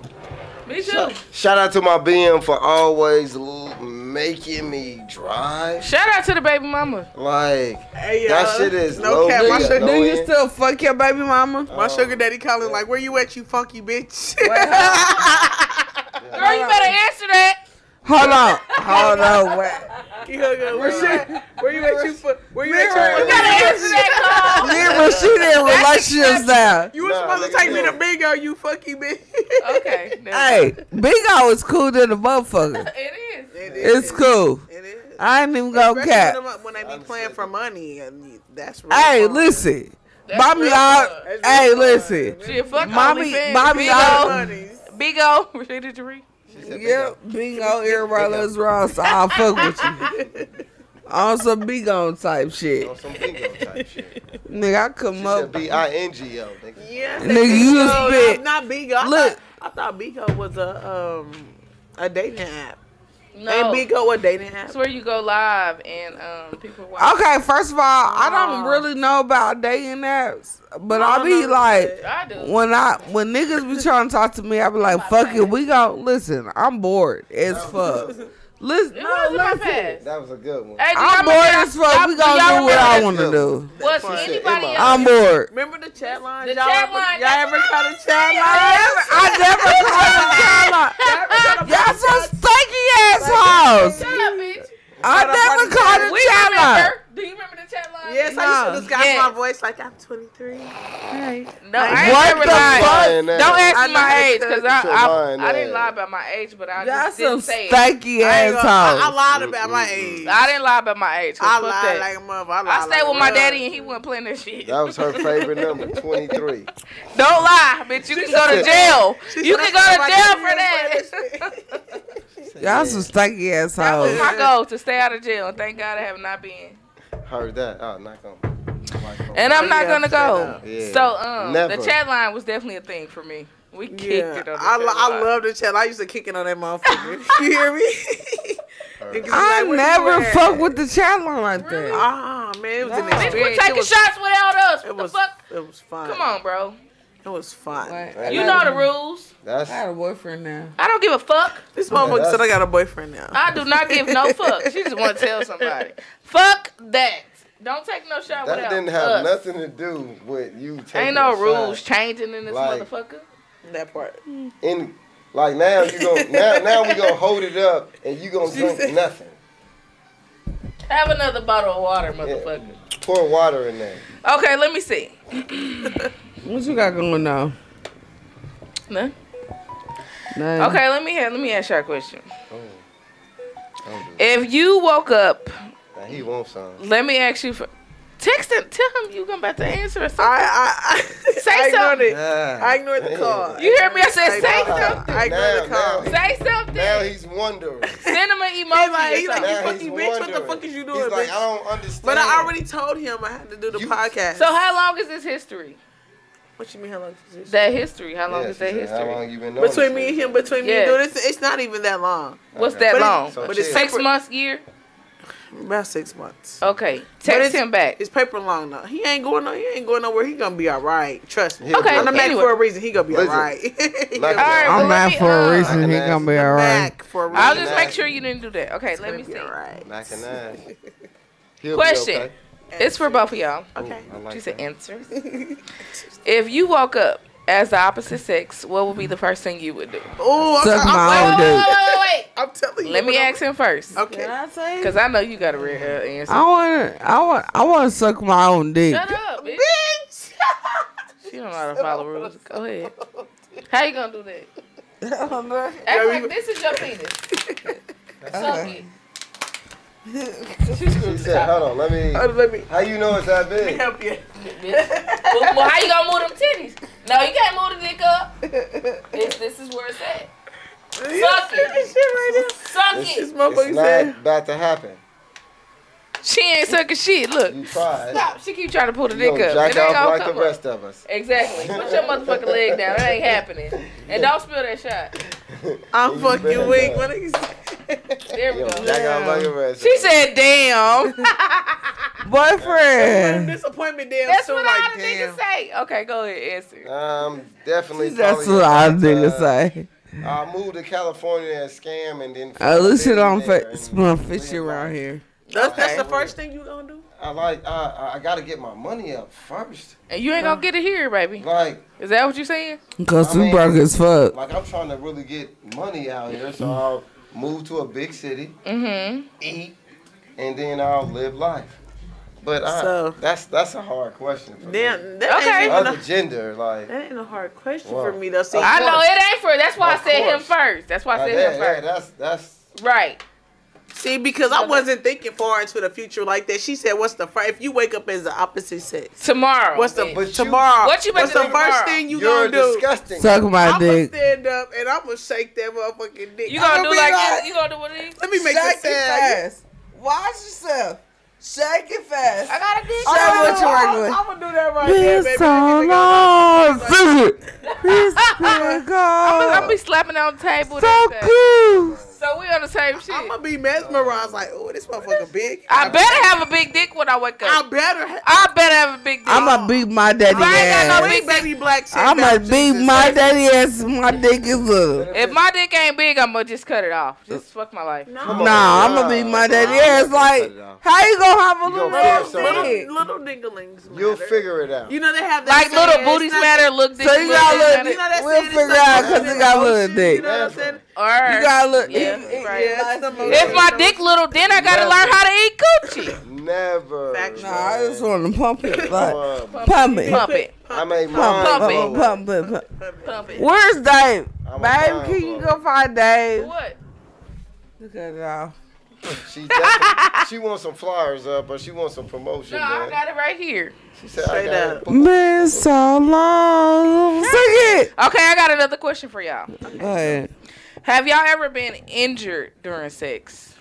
Speaker 3: Me too.
Speaker 4: Shout, shout out to my BM for always l- making me drive.
Speaker 3: Shout out to the baby mama.
Speaker 4: Like
Speaker 6: Hey,
Speaker 4: that
Speaker 6: uh,
Speaker 4: shit is
Speaker 6: no
Speaker 4: low
Speaker 6: cap, my
Speaker 4: key,
Speaker 6: shit-
Speaker 5: Do
Speaker 4: no
Speaker 5: you
Speaker 4: end.
Speaker 5: still fuck your baby mama?
Speaker 6: My sugar daddy calling like, where you at, you funky bitch?
Speaker 3: Girl, you better answer that.
Speaker 5: Hold on, hold on, wait.
Speaker 6: He hung up, where, you at? where you at, you fu- Where you
Speaker 5: Mirror.
Speaker 6: at, you
Speaker 3: You gotta answer that call.
Speaker 5: Me and Rashida in relationships now.
Speaker 6: You was
Speaker 4: Nah,
Speaker 6: supposed to
Speaker 4: nigga,
Speaker 6: take me
Speaker 4: no.
Speaker 6: to bingo, you fucking bitch.
Speaker 3: Okay. never
Speaker 5: Hey, Bingo is cool than a motherfucker.
Speaker 3: mind. It is.
Speaker 6: It is.
Speaker 5: It's cool.
Speaker 6: It is.
Speaker 5: I ain't even gonna
Speaker 6: Especially when
Speaker 5: cap.
Speaker 6: them up- when they be playing for money, and that's real
Speaker 5: Hey,
Speaker 6: fun.
Speaker 5: listen,
Speaker 3: That's
Speaker 5: mommy,
Speaker 3: real
Speaker 5: all.
Speaker 3: fun.
Speaker 6: That's real
Speaker 5: Hey,
Speaker 6: fun.
Speaker 5: listen,
Speaker 3: Shit, fuck
Speaker 5: Mommy-
Speaker 3: OnlyFans.
Speaker 5: mommy,
Speaker 3: Big
Speaker 5: I-
Speaker 3: O.
Speaker 6: Monies.
Speaker 3: Big O. Rashida Tariq.
Speaker 4: She said,
Speaker 5: Yep, bingo, everybody loves Ross. So I'll fuck with you. On some bingo type shit.
Speaker 4: On some bingo type shit.
Speaker 5: Nigga, I come up.
Speaker 4: B I N G O. nigga.
Speaker 6: Yeah,
Speaker 5: Nigga, you
Speaker 6: Bigo,
Speaker 5: just spit.
Speaker 6: Not Bigo. I
Speaker 5: Look.
Speaker 6: Look, I thought Bigo was a um a dating app.
Speaker 3: No.
Speaker 6: Ain't Bigo a dating app?
Speaker 3: That's where you go live and um people watch.
Speaker 5: Okay, first of all, I don't
Speaker 3: Wow.
Speaker 5: really know about dating apps, but
Speaker 6: I
Speaker 5: I
Speaker 6: don't
Speaker 5: be
Speaker 6: know
Speaker 5: like,
Speaker 3: I do.
Speaker 5: when I when niggas be trying to talk to me, I be like, fuck it, we go. Listen, I'm bored as fuck. Listen,
Speaker 3: It
Speaker 5: no,
Speaker 3: wasn't my
Speaker 5: listen.
Speaker 3: past.
Speaker 4: That was a good one.
Speaker 3: Hey, do y'all
Speaker 5: I'm bored
Speaker 3: remember-
Speaker 5: as fuck. We
Speaker 3: y'all- do
Speaker 5: gonna
Speaker 3: y'all
Speaker 5: do what I
Speaker 3: remember-
Speaker 5: want to do.
Speaker 3: Was
Speaker 4: She said,
Speaker 3: anybody
Speaker 4: "Emma."
Speaker 3: else?
Speaker 5: I'm bored.
Speaker 6: Remember the chat line?
Speaker 3: The
Speaker 6: y'all
Speaker 3: chat
Speaker 6: ever,
Speaker 3: line,
Speaker 6: Y'all
Speaker 3: that's
Speaker 6: ever caught a chat
Speaker 5: I
Speaker 6: line?
Speaker 5: never, I never called a
Speaker 6: Y'all ever caught a
Speaker 5: Y'all some stinky assholes.
Speaker 3: Shut up, bitch.
Speaker 5: I never called a
Speaker 3: We
Speaker 5: chat line.
Speaker 3: remember. Do you remember the chat line?
Speaker 6: Yes, I used to disguise
Speaker 3: Yeah.
Speaker 6: my voice like I'm 23.
Speaker 3: No, I ain't
Speaker 5: What
Speaker 3: never
Speaker 5: the
Speaker 3: lied.
Speaker 5: fuck?
Speaker 4: Lying ass.
Speaker 3: Don't ask
Speaker 6: I
Speaker 3: me
Speaker 6: know
Speaker 3: my age
Speaker 6: it's
Speaker 3: because
Speaker 6: the-
Speaker 3: I,
Speaker 4: You're lying
Speaker 3: I, I didn't
Speaker 4: ass.
Speaker 3: lie about my age, but I
Speaker 5: Y'all
Speaker 3: just
Speaker 5: some
Speaker 3: didn't say it.
Speaker 5: stinky
Speaker 6: I, ain't gonna- I, I
Speaker 5: assholes.
Speaker 6: lied about my age.
Speaker 3: I didn't lie about my age. 'cause
Speaker 6: I
Speaker 3: fuck
Speaker 6: lied
Speaker 3: that.
Speaker 6: like a mother. I, lied
Speaker 3: I stayed
Speaker 6: like
Speaker 3: with my
Speaker 6: a mother.
Speaker 3: daddy and he wasn't playing that shit.
Speaker 4: That was her favorite number, 23.
Speaker 3: Don't lie, bitch. You can go to
Speaker 4: said-
Speaker 3: jail.
Speaker 6: She
Speaker 3: You can
Speaker 6: said,
Speaker 3: go to
Speaker 6: "Nobody
Speaker 3: jail
Speaker 6: knew
Speaker 3: for that.
Speaker 6: that shit."
Speaker 5: Y'all some stinky
Speaker 3: That
Speaker 6: Oh.
Speaker 3: was
Speaker 5: assholes.
Speaker 3: my goal to stay out of jail, and thank God I have not been.
Speaker 4: Heard that. Oh, knock on. knock on.
Speaker 3: And I'm not gonna go.
Speaker 4: Yeah.
Speaker 3: So um,
Speaker 4: Never.
Speaker 3: the chat line was definitely a thing for me. We kicked
Speaker 6: Yeah,
Speaker 3: it on the
Speaker 6: I,
Speaker 3: chat
Speaker 6: lo- I
Speaker 3: line.
Speaker 6: love the chat. I used to kick it on that motherfucker. you hear me? Niggas be
Speaker 5: I
Speaker 6: like, "Where you
Speaker 5: never
Speaker 6: at?"
Speaker 5: fuck with the chat line like that.
Speaker 6: Ah man, it was an
Speaker 5: Nah. Bitch,
Speaker 3: Bitch,
Speaker 5: we
Speaker 3: we
Speaker 6: experience.
Speaker 3: taking
Speaker 6: it was,
Speaker 3: shots without us.
Speaker 6: It
Speaker 3: What the
Speaker 6: was,
Speaker 3: fuck?
Speaker 6: it was fun.
Speaker 3: Come on, bro.
Speaker 6: it was fun.
Speaker 3: You know the rules.
Speaker 5: I had
Speaker 4: That's
Speaker 5: a boyfriend now.
Speaker 3: I don't give a fuck.
Speaker 6: This motherfucker
Speaker 4: that's-
Speaker 6: said I got a boyfriend now.
Speaker 3: I do not give no fuck. She just want to tell somebody. Fuck that. Don't take no shot
Speaker 4: that
Speaker 3: without
Speaker 4: didn't
Speaker 3: us.
Speaker 4: have nothing to do with you taking
Speaker 3: Ain't no
Speaker 4: a shot.
Speaker 3: rules changing in this
Speaker 4: Like-
Speaker 3: motherfucker.
Speaker 6: that part.
Speaker 4: in like now you going now now we gonna hold it up and you gonna drink nothing.
Speaker 3: Have another bottle of water, motherfucker.
Speaker 4: Pour water in there.
Speaker 3: Okay, let me see.
Speaker 5: What you got going on?
Speaker 3: No?
Speaker 5: Nothing.
Speaker 3: Okay, let me have, let me ask you all a question.
Speaker 6: Oh.
Speaker 3: If you woke up,
Speaker 4: Now he wants some.
Speaker 3: let me ask you for text him. Tell him you gonna about to answer or something.
Speaker 6: I I, I
Speaker 3: Say
Speaker 6: I ignored
Speaker 3: something.
Speaker 6: it. I ignored the
Speaker 4: Damn.
Speaker 6: call.
Speaker 3: You hear me? I said
Speaker 6: I
Speaker 3: say
Speaker 6: know.
Speaker 3: something.
Speaker 6: I ignored the
Speaker 4: Now,
Speaker 6: call.
Speaker 4: now,
Speaker 3: Say
Speaker 4: Now
Speaker 3: something.
Speaker 4: he's wondering.
Speaker 3: Send him an
Speaker 6: He
Speaker 3: emoji.
Speaker 6: like,
Speaker 3: or
Speaker 6: he like,
Speaker 3: something.
Speaker 6: you
Speaker 4: Now he's
Speaker 6: fucking bitch. What the
Speaker 4: wondering.
Speaker 6: fuck is you doing,
Speaker 4: He's like,
Speaker 6: bitch?
Speaker 4: I don't understand.
Speaker 6: but I already told him I had to do the
Speaker 4: You-
Speaker 6: podcast.
Speaker 3: so how long is this history?
Speaker 6: what you mean? How long is this?
Speaker 3: That history. How
Speaker 4: Yeah,
Speaker 3: long
Speaker 4: she
Speaker 3: is that
Speaker 4: said,
Speaker 3: history?
Speaker 4: How long you been knowing
Speaker 6: between
Speaker 4: this
Speaker 6: me and
Speaker 4: nigga?
Speaker 6: him, between me
Speaker 3: Yeah.
Speaker 6: and dude, it's, it's not even that long.
Speaker 3: What's
Speaker 4: Okay.
Speaker 3: that
Speaker 6: But it-
Speaker 3: long?
Speaker 4: So
Speaker 6: but it's
Speaker 4: chill.
Speaker 3: Six
Speaker 6: separate-
Speaker 3: months, year.
Speaker 6: About six months.
Speaker 3: Okay.
Speaker 6: But
Speaker 3: Text
Speaker 6: it's-
Speaker 3: him back.
Speaker 6: It's paper long though. He ain't going no. He ain't going nowhere. He gonna be all right. Trust me.
Speaker 3: He'll be
Speaker 6: I'm
Speaker 3: okay.
Speaker 6: the man
Speaker 3: Anyway.
Speaker 6: for a reason. He gonna be all
Speaker 4: Listen.
Speaker 6: right.
Speaker 4: I'm
Speaker 5: I'm mad for
Speaker 3: uh,
Speaker 5: a reason. He gonna be alright.
Speaker 6: for a reason.
Speaker 3: I'll just make sure you didn't do that. Okay, let me see.
Speaker 4: Knocking ass.
Speaker 3: Question. It's for both of y'all. Okay. She said answers. if you woke up as the opposite sex, what would be the first thing you would do?
Speaker 6: Oh,
Speaker 5: Suck my own
Speaker 3: wait, wait,
Speaker 5: dick.
Speaker 3: wait, wait, wait.
Speaker 6: I'm telling you.
Speaker 3: Let me
Speaker 6: what
Speaker 3: ask him first.
Speaker 6: Okay.
Speaker 3: Because I know you got a red hair answer.
Speaker 5: I want, I want, I want to suck my own dick.
Speaker 3: Shut up, bitch. she don't know how to follow rules. Go ahead. How you gonna do that? Act like this is your penis. Suck it.
Speaker 4: She said, hold on, let me.
Speaker 6: let me.
Speaker 4: How you know it's that big?
Speaker 6: help you.
Speaker 3: well, well, how you gonna move them titties? No, you can't move the dick up. This, this is where it's at. Suck it. Suck
Speaker 4: It's,
Speaker 3: it.
Speaker 4: it's not about to happen.
Speaker 3: She ain't sucking shit. Look.
Speaker 4: You tried.
Speaker 3: Stop. She keep trying to pull the
Speaker 4: You
Speaker 3: dick
Speaker 4: gonna
Speaker 3: up.
Speaker 4: jack
Speaker 3: It ain't
Speaker 4: off
Speaker 3: gonna
Speaker 4: like
Speaker 3: come
Speaker 4: the
Speaker 3: up.
Speaker 4: rest of us.
Speaker 3: Exactking. Put your motherfucking leg down. It ain't happening. And don't spill that shot.
Speaker 6: I'm fucking weak. What is
Speaker 3: There we
Speaker 4: You
Speaker 3: go.
Speaker 4: gonna jack off like the rest
Speaker 3: She
Speaker 4: of us.
Speaker 3: said, damn.
Speaker 5: Boyfriend.
Speaker 6: disappointment? Damn,
Speaker 3: That's
Speaker 6: soon,
Speaker 3: what
Speaker 6: like,
Speaker 3: all the
Speaker 6: damn.
Speaker 3: niggas say. Okay, go ahead, answer.
Speaker 4: Um, definitely.
Speaker 5: That's
Speaker 4: probably
Speaker 5: what I
Speaker 4: gonna,
Speaker 5: niggas
Speaker 4: uh,
Speaker 5: say.
Speaker 4: I moved to California and scam and then.
Speaker 5: I listen on
Speaker 4: there and-
Speaker 5: Facebook fish around here.
Speaker 6: That's, that's the
Speaker 3: Okay.
Speaker 6: first thing you gonna do.
Speaker 4: I like. I, I- I gotta get my money up first.
Speaker 3: And you ain't gonna get it here, baby.
Speaker 4: Like,
Speaker 3: Is that what you saying?
Speaker 5: Cause
Speaker 4: I
Speaker 5: we
Speaker 4: mean-
Speaker 5: broke as fuck.
Speaker 4: like I'm trying to really get money out here,
Speaker 5: Mm-hmm.
Speaker 4: so I'll move to a big city,
Speaker 3: Mm-hmm.
Speaker 4: eat, and then I'll live life. But I,
Speaker 6: So-
Speaker 4: that's that's a hard question. For Me.
Speaker 6: Damn, that
Speaker 3: Okay.
Speaker 6: ain't even a,
Speaker 4: Other gender, like.
Speaker 6: that ain't a hard question
Speaker 4: Well,
Speaker 6: for me though. See,
Speaker 4: Of
Speaker 3: I
Speaker 4: course.
Speaker 3: know it ain't for. That's why
Speaker 4: Of
Speaker 3: I said him
Speaker 4: course.
Speaker 3: first. That's why I
Speaker 4: Now,
Speaker 3: said
Speaker 4: that-
Speaker 3: him
Speaker 4: that-
Speaker 3: first.
Speaker 4: that's that's
Speaker 3: Right.
Speaker 6: See, because I wasn't thinking far into the future like that. She said, "What's the fir- if you wake up as the opposite sex?
Speaker 3: Tomorrow.
Speaker 6: What's the
Speaker 3: bitch.
Speaker 4: But you-
Speaker 6: tomorrow?
Speaker 3: What you about
Speaker 6: what's
Speaker 3: to
Speaker 6: the
Speaker 3: do
Speaker 6: first
Speaker 3: tomorrow?
Speaker 6: thing you
Speaker 4: are
Speaker 6: gonna do?
Speaker 4: disgusting.
Speaker 5: Suck my
Speaker 6: I'm gonna
Speaker 5: dick.
Speaker 6: stand up and I'm gonna shake that motherfucking dick.
Speaker 3: You
Speaker 6: I'm
Speaker 3: gonna do
Speaker 6: be
Speaker 3: like, this? you gonna do what it is?
Speaker 6: Let me make this
Speaker 5: it
Speaker 6: sound.
Speaker 5: Watch yourself. Shake it fast.
Speaker 3: I got a dick.
Speaker 5: Show
Speaker 3: job.
Speaker 5: what you're working with.
Speaker 6: I'm gonna do that right there, baby.
Speaker 5: It's all on. Please, dear
Speaker 3: I'm
Speaker 5: God.
Speaker 3: be slapping on the table.
Speaker 5: So
Speaker 3: and stuff.
Speaker 5: cool.
Speaker 3: So we on the same shit.
Speaker 6: I'm gonna be mesmerized like, oh, this motherfucker big.
Speaker 3: I better have a big dick when I wake
Speaker 6: I
Speaker 3: up.
Speaker 6: better. Ha-
Speaker 3: I better have a big dick.
Speaker 5: I'm gonna beat my daddy
Speaker 3: I ain't got no
Speaker 5: ass.
Speaker 3: big
Speaker 6: big baby black. shit
Speaker 5: I'm
Speaker 6: down
Speaker 5: gonna beat
Speaker 6: Jesus.
Speaker 5: my daddy ass. My dick is little.
Speaker 3: If my dick ain't big, I'm gonna just cut it off. Just fuck my life.
Speaker 6: No.
Speaker 5: Nah, I'm gonna beat my daddy ass. Like, how you gonna have a
Speaker 4: You gonna
Speaker 5: little
Speaker 4: feel
Speaker 5: ass
Speaker 4: something.
Speaker 5: dick?
Speaker 6: Little, little dinglings.
Speaker 4: You'll
Speaker 6: matter.
Speaker 4: figure it out.
Speaker 6: You know they have that
Speaker 3: Like
Speaker 6: saying,
Speaker 3: little
Speaker 6: it's
Speaker 3: booties
Speaker 6: not-
Speaker 3: matter. Look, dick
Speaker 5: So you
Speaker 3: little dick
Speaker 5: got little-
Speaker 3: matter.
Speaker 6: You know that
Speaker 5: We'll
Speaker 6: saying it's
Speaker 5: figure
Speaker 6: not
Speaker 5: out
Speaker 6: about
Speaker 5: 'cause it got little
Speaker 6: emotions,
Speaker 5: dick.
Speaker 6: You know what I'm saying?
Speaker 3: Or-
Speaker 5: You gotta look.
Speaker 3: Yeah,
Speaker 5: it- it-
Speaker 3: right.
Speaker 5: yeah,
Speaker 6: It's the most-
Speaker 3: If my dick little, then I gotta learn how to eat coochie.
Speaker 4: Never.
Speaker 6: Factual.
Speaker 5: Nah, I just
Speaker 4: man.
Speaker 5: want to pump it. Like,
Speaker 4: Um,
Speaker 5: pump it. Pump
Speaker 3: Pump it.
Speaker 4: I made mine.
Speaker 5: it.
Speaker 3: Pump it.
Speaker 5: Pump it. Pump it. Pump it.
Speaker 3: Pump it.
Speaker 5: Where's Dave?
Speaker 4: I'm a
Speaker 5: Babe,
Speaker 4: pump
Speaker 5: can you
Speaker 4: it.
Speaker 5: go find Dave?
Speaker 3: What?
Speaker 5: Look at y'all.
Speaker 4: She definitely, she wants some flyers up, but she wants some promotion.
Speaker 3: No, I
Speaker 4: man.
Speaker 3: got it right here.
Speaker 4: she said, I
Speaker 6: Straight
Speaker 4: got
Speaker 6: up.
Speaker 4: it.
Speaker 5: Been so long. Sing it.
Speaker 3: Okay, I got another question for y'all.
Speaker 5: Go ahead.
Speaker 3: Have y'all ever been injured during sex?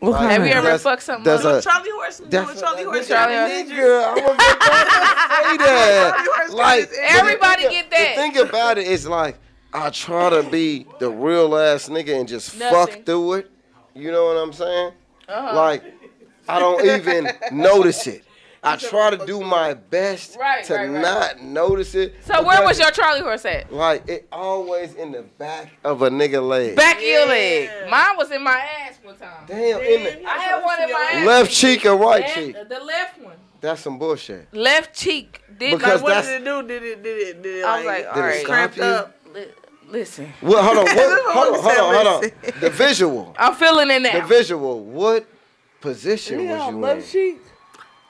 Speaker 5: What
Speaker 4: Like,
Speaker 5: kind
Speaker 3: Have you
Speaker 5: of-
Speaker 3: ever
Speaker 4: That's-
Speaker 3: fucked something
Speaker 4: that's
Speaker 3: up?
Speaker 4: a-
Speaker 6: Charlie Horse, doing
Speaker 4: That's-
Speaker 6: Charlie Horse.
Speaker 3: Charlie Horse.
Speaker 4: Nigga, I was about to say
Speaker 6: Charlie
Speaker 4: that.
Speaker 6: Horse
Speaker 4: Like
Speaker 6: got his
Speaker 3: Everybody
Speaker 4: the thing-
Speaker 3: get that.
Speaker 4: The thing about it is like I try to be the real ass nigga and just
Speaker 3: Nothing.
Speaker 4: fuck through it. You know what I'm saying?
Speaker 3: Uh-huh.
Speaker 4: Like I don't even notice it. I try to do my best
Speaker 3: Right,
Speaker 4: to
Speaker 3: right, right.
Speaker 4: not notice it.
Speaker 3: so where
Speaker 4: because
Speaker 3: was your Charlie horse at?
Speaker 4: Like it always in the back of a nigga leg.
Speaker 3: Back of your leg.
Speaker 6: Yeah.
Speaker 3: Mine was in my ass one time.
Speaker 4: Damn, in
Speaker 3: I had one in my
Speaker 4: the
Speaker 3: ass.
Speaker 4: left cheek or right cheek.
Speaker 3: And The left one.
Speaker 4: That's some bullshit.
Speaker 3: Left cheek. Did
Speaker 4: Because
Speaker 3: like,
Speaker 6: What
Speaker 4: that's-
Speaker 6: did it do? Did it? Did it? Did it? uh,
Speaker 3: I was like, all
Speaker 4: Did it
Speaker 3: right.
Speaker 4: stop
Speaker 6: cramped
Speaker 4: you?
Speaker 6: up.
Speaker 3: li- Listen,
Speaker 4: Well, hold on, what, hold on,
Speaker 6: That's what
Speaker 4: hold on,
Speaker 6: I'm
Speaker 4: hold on. The visual,
Speaker 3: I'm feeling it
Speaker 4: the
Speaker 3: now.
Speaker 4: visual. What position
Speaker 5: Yeah,
Speaker 4: was you in?
Speaker 5: left cheek.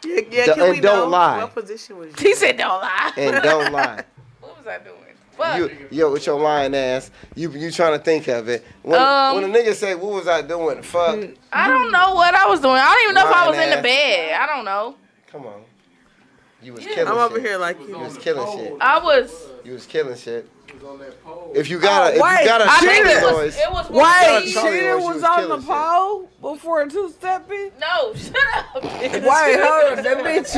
Speaker 6: Yeah, yeah
Speaker 4: The-
Speaker 6: can we
Speaker 4: and don't
Speaker 6: know
Speaker 4: lie.
Speaker 6: What position was you?
Speaker 3: he said, "Don't lie."
Speaker 4: And don't lie.
Speaker 3: what was I doing? Fuck.
Speaker 4: You, yo, with your lying ass, you you trying to think of it. When,
Speaker 3: Um,
Speaker 4: when a nigga say, "What was I doing?" Fuck.
Speaker 3: I don't know what I was doing. I don't even know if I
Speaker 4: Lying
Speaker 3: was in the
Speaker 4: ass.
Speaker 3: bed. I don't know.
Speaker 4: Come on. You was
Speaker 6: Yeah.
Speaker 4: killing
Speaker 6: I'm over
Speaker 4: shit.
Speaker 6: here like
Speaker 4: you
Speaker 6: you.
Speaker 4: was killing shit.
Speaker 3: I was.
Speaker 4: You was killing shit. If you got a, if
Speaker 5: Wait,
Speaker 4: you got a
Speaker 5: I
Speaker 4: Charlie
Speaker 5: think it was-
Speaker 4: noise,
Speaker 3: it was
Speaker 4: if you got
Speaker 5: Wait,
Speaker 4: a Charlie
Speaker 5: Cheetah
Speaker 4: noise, you
Speaker 5: was on the
Speaker 4: killing
Speaker 5: pole before two stepping?
Speaker 3: No, shut up. Wait,
Speaker 5: Wait, hold on, that bitch.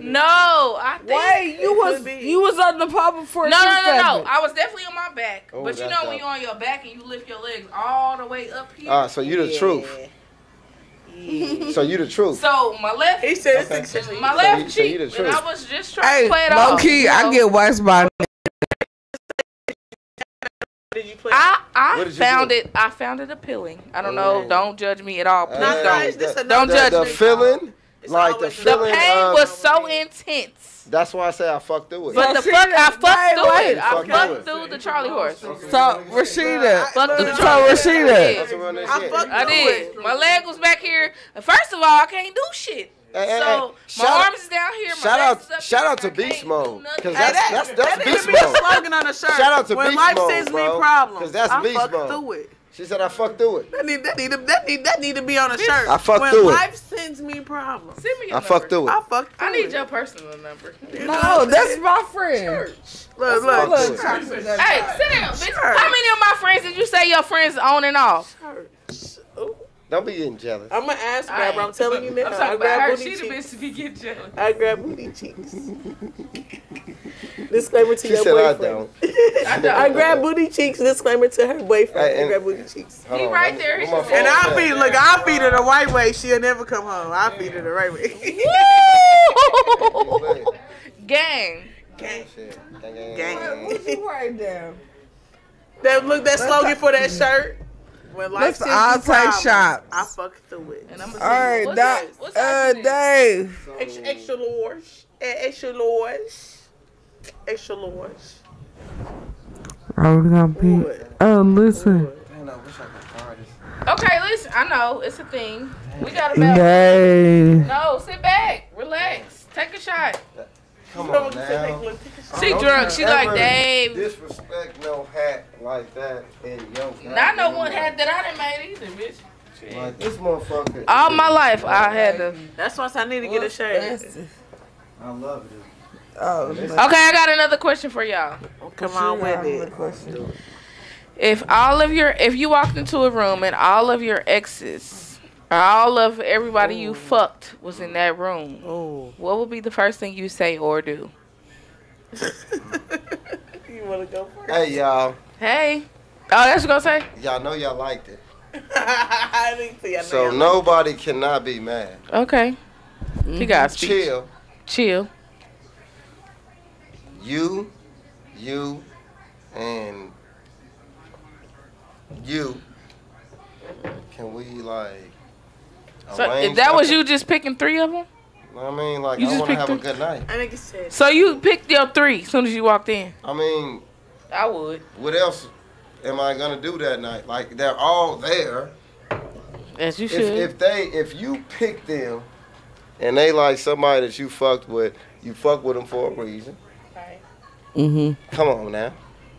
Speaker 3: No, I think.
Speaker 5: Wait, you was you was on the pole before
Speaker 3: No,
Speaker 5: two
Speaker 3: no, no, no.
Speaker 5: stepping.
Speaker 3: I was definitely on my back.
Speaker 4: Oh,
Speaker 3: but you know
Speaker 4: that's
Speaker 3: when
Speaker 4: dope.
Speaker 3: you're on your back and you lift your legs all the way up
Speaker 4: shit.
Speaker 3: here.
Speaker 4: Ah, so you the truth. So you the truth.
Speaker 3: So my left. He said
Speaker 4: Okay.
Speaker 3: my
Speaker 4: So
Speaker 3: left
Speaker 4: you- so you
Speaker 3: cheek.
Speaker 4: the
Speaker 3: and
Speaker 4: truth.
Speaker 3: I was just trying
Speaker 5: Hey,
Speaker 3: to play it
Speaker 5: low
Speaker 3: off.
Speaker 5: key, I get waxed by.
Speaker 3: I, I
Speaker 5: What did you
Speaker 3: found
Speaker 5: do?
Speaker 3: it. I found it appealing. I don't know. Don't judge me at all. Please
Speaker 4: Uh,
Speaker 3: don't.
Speaker 4: the- the-
Speaker 3: don't
Speaker 4: the-
Speaker 3: judge
Speaker 4: the
Speaker 3: me.
Speaker 4: feeling, like the
Speaker 3: The
Speaker 4: feeling. um,
Speaker 3: pain
Speaker 4: of-
Speaker 3: was so intense.
Speaker 4: That's why I say I fucked through it.
Speaker 3: But the fuck, I fucked through
Speaker 4: wait.
Speaker 3: it. I
Speaker 4: Fuck
Speaker 3: fucked
Speaker 4: it.
Speaker 3: through the Charlie horse.
Speaker 5: So Rashida,
Speaker 3: Fuck the
Speaker 5: so
Speaker 3: Charlie horse.
Speaker 5: Rashida,
Speaker 3: I fucked I did. My leg was back here. And First of all, I can't do shit.
Speaker 4: Hey, hey, hey,
Speaker 3: So my
Speaker 4: shout out-
Speaker 3: arms is down here. My
Speaker 4: Shout
Speaker 3: legs
Speaker 4: out,
Speaker 3: is up
Speaker 4: shout
Speaker 3: here.
Speaker 4: out to Beast Mode, cause
Speaker 3: Hey,
Speaker 4: that's
Speaker 3: that-
Speaker 4: that's
Speaker 3: that
Speaker 4: that's
Speaker 3: need to
Speaker 4: Beast
Speaker 3: be a
Speaker 4: Mode.
Speaker 6: slogan on a shirt.
Speaker 4: Shout out to
Speaker 6: When
Speaker 4: Beast
Speaker 6: life
Speaker 4: Mode,
Speaker 6: sends me
Speaker 4: bro,
Speaker 6: problems,
Speaker 4: cause that's
Speaker 6: I
Speaker 4: Beast
Speaker 6: fuck
Speaker 4: Mode.
Speaker 6: through it.
Speaker 4: She said I fucked through it.
Speaker 6: That need, that, need, that, need, that need to be on a shirt.
Speaker 4: I fucked
Speaker 6: when
Speaker 4: through it.
Speaker 6: life sends me problems.
Speaker 3: Send me
Speaker 4: I fucked through it.
Speaker 6: I fucked
Speaker 3: I need your personal number.
Speaker 5: No, that's my friend.
Speaker 6: Look,
Speaker 5: That's
Speaker 6: look,
Speaker 5: my
Speaker 6: look.
Speaker 5: friend.
Speaker 3: Hey, sit down, bitch. How many of my friends did you say your friends on and off?
Speaker 4: Don't be getting jealous.
Speaker 6: I'm an ass grabber. I'm telling you now.
Speaker 3: I'm
Speaker 6: I
Speaker 3: talking
Speaker 6: grab
Speaker 3: about her.
Speaker 6: booty
Speaker 3: She the
Speaker 6: cheeks.
Speaker 3: bitch to be getting jealous.
Speaker 6: I grab booty cheeks. disclaimer to
Speaker 4: She
Speaker 6: your
Speaker 4: said I
Speaker 6: boyfriend.
Speaker 4: don't.
Speaker 6: I, grab booty cheeks. Disclaimer to her boyfriend. I grab booty cheeks.
Speaker 4: Hold on, let me-
Speaker 3: there.
Speaker 4: where my phone
Speaker 6: And I
Speaker 4: at?
Speaker 6: feed, look, I feed her the white way. She'll never come home. I feed her the right way.
Speaker 3: Gang.
Speaker 6: Gang.
Speaker 5: What you write down?
Speaker 6: That look, that slogan for that shirt. When life
Speaker 5: Let's
Speaker 6: sends
Speaker 5: all
Speaker 6: you
Speaker 5: take
Speaker 6: problems,
Speaker 5: shots.
Speaker 6: I fucked through it. And I'm
Speaker 5: All right, Doc. Uh, Dave.
Speaker 6: extra, extra large, Eh, extra large, extra large.
Speaker 5: I was gonna be. Oh, listen.
Speaker 3: Okay, listen. I know it's a thing. We got to
Speaker 5: Yay.
Speaker 3: No, sit back, relax, take a shot.
Speaker 4: Come on now.
Speaker 3: She
Speaker 4: Don't
Speaker 3: drunk. She like,
Speaker 4: ever
Speaker 3: Dave.
Speaker 4: Disrespect no hat like that in your.
Speaker 3: Not no one had that I didn't make either, bitch.
Speaker 4: Like this motherfucker.
Speaker 3: All my life, I had to.
Speaker 6: That's why I need to get a shirt. Okay,
Speaker 4: I love it.
Speaker 5: Oh.
Speaker 3: Okay, I got another question for y'all.
Speaker 6: Come on with it.
Speaker 3: If all of your, if you walked into a room and all of your exes, or all of everybody
Speaker 4: Oh.
Speaker 3: you fucked was in that room,
Speaker 6: Oh.
Speaker 3: what would be the first thing you say or do?
Speaker 6: You want to go first?
Speaker 4: Hey y'all,
Speaker 3: Hey, oh, that's what you gonna say?
Speaker 4: y'all know y'all liked it,
Speaker 6: I didn't see your
Speaker 4: so
Speaker 6: name.
Speaker 4: nobody cannot be mad.
Speaker 3: Okay, you got speech.
Speaker 4: Mm-hmm. Chill.
Speaker 3: chill.
Speaker 4: you, you, and you. Can we like?
Speaker 3: So
Speaker 4: arrange
Speaker 3: if that was
Speaker 4: something?
Speaker 3: you just picking three of them,
Speaker 4: I mean, like
Speaker 3: you
Speaker 4: I
Speaker 3: just
Speaker 4: want to
Speaker 3: picked
Speaker 4: have a
Speaker 3: the-
Speaker 4: good night.
Speaker 6: I think it said.
Speaker 3: so you picked your three as soon as you walked in.
Speaker 4: I mean,
Speaker 3: I would.
Speaker 4: what else am I gonna do that night? Like they're all there.
Speaker 3: As you
Speaker 4: If,
Speaker 3: should.
Speaker 4: if they, if you pick them, and they like somebody that you fucked with, you fuck with them for a reason.
Speaker 5: Mhm.
Speaker 3: Mm-hmm.
Speaker 4: Come on now.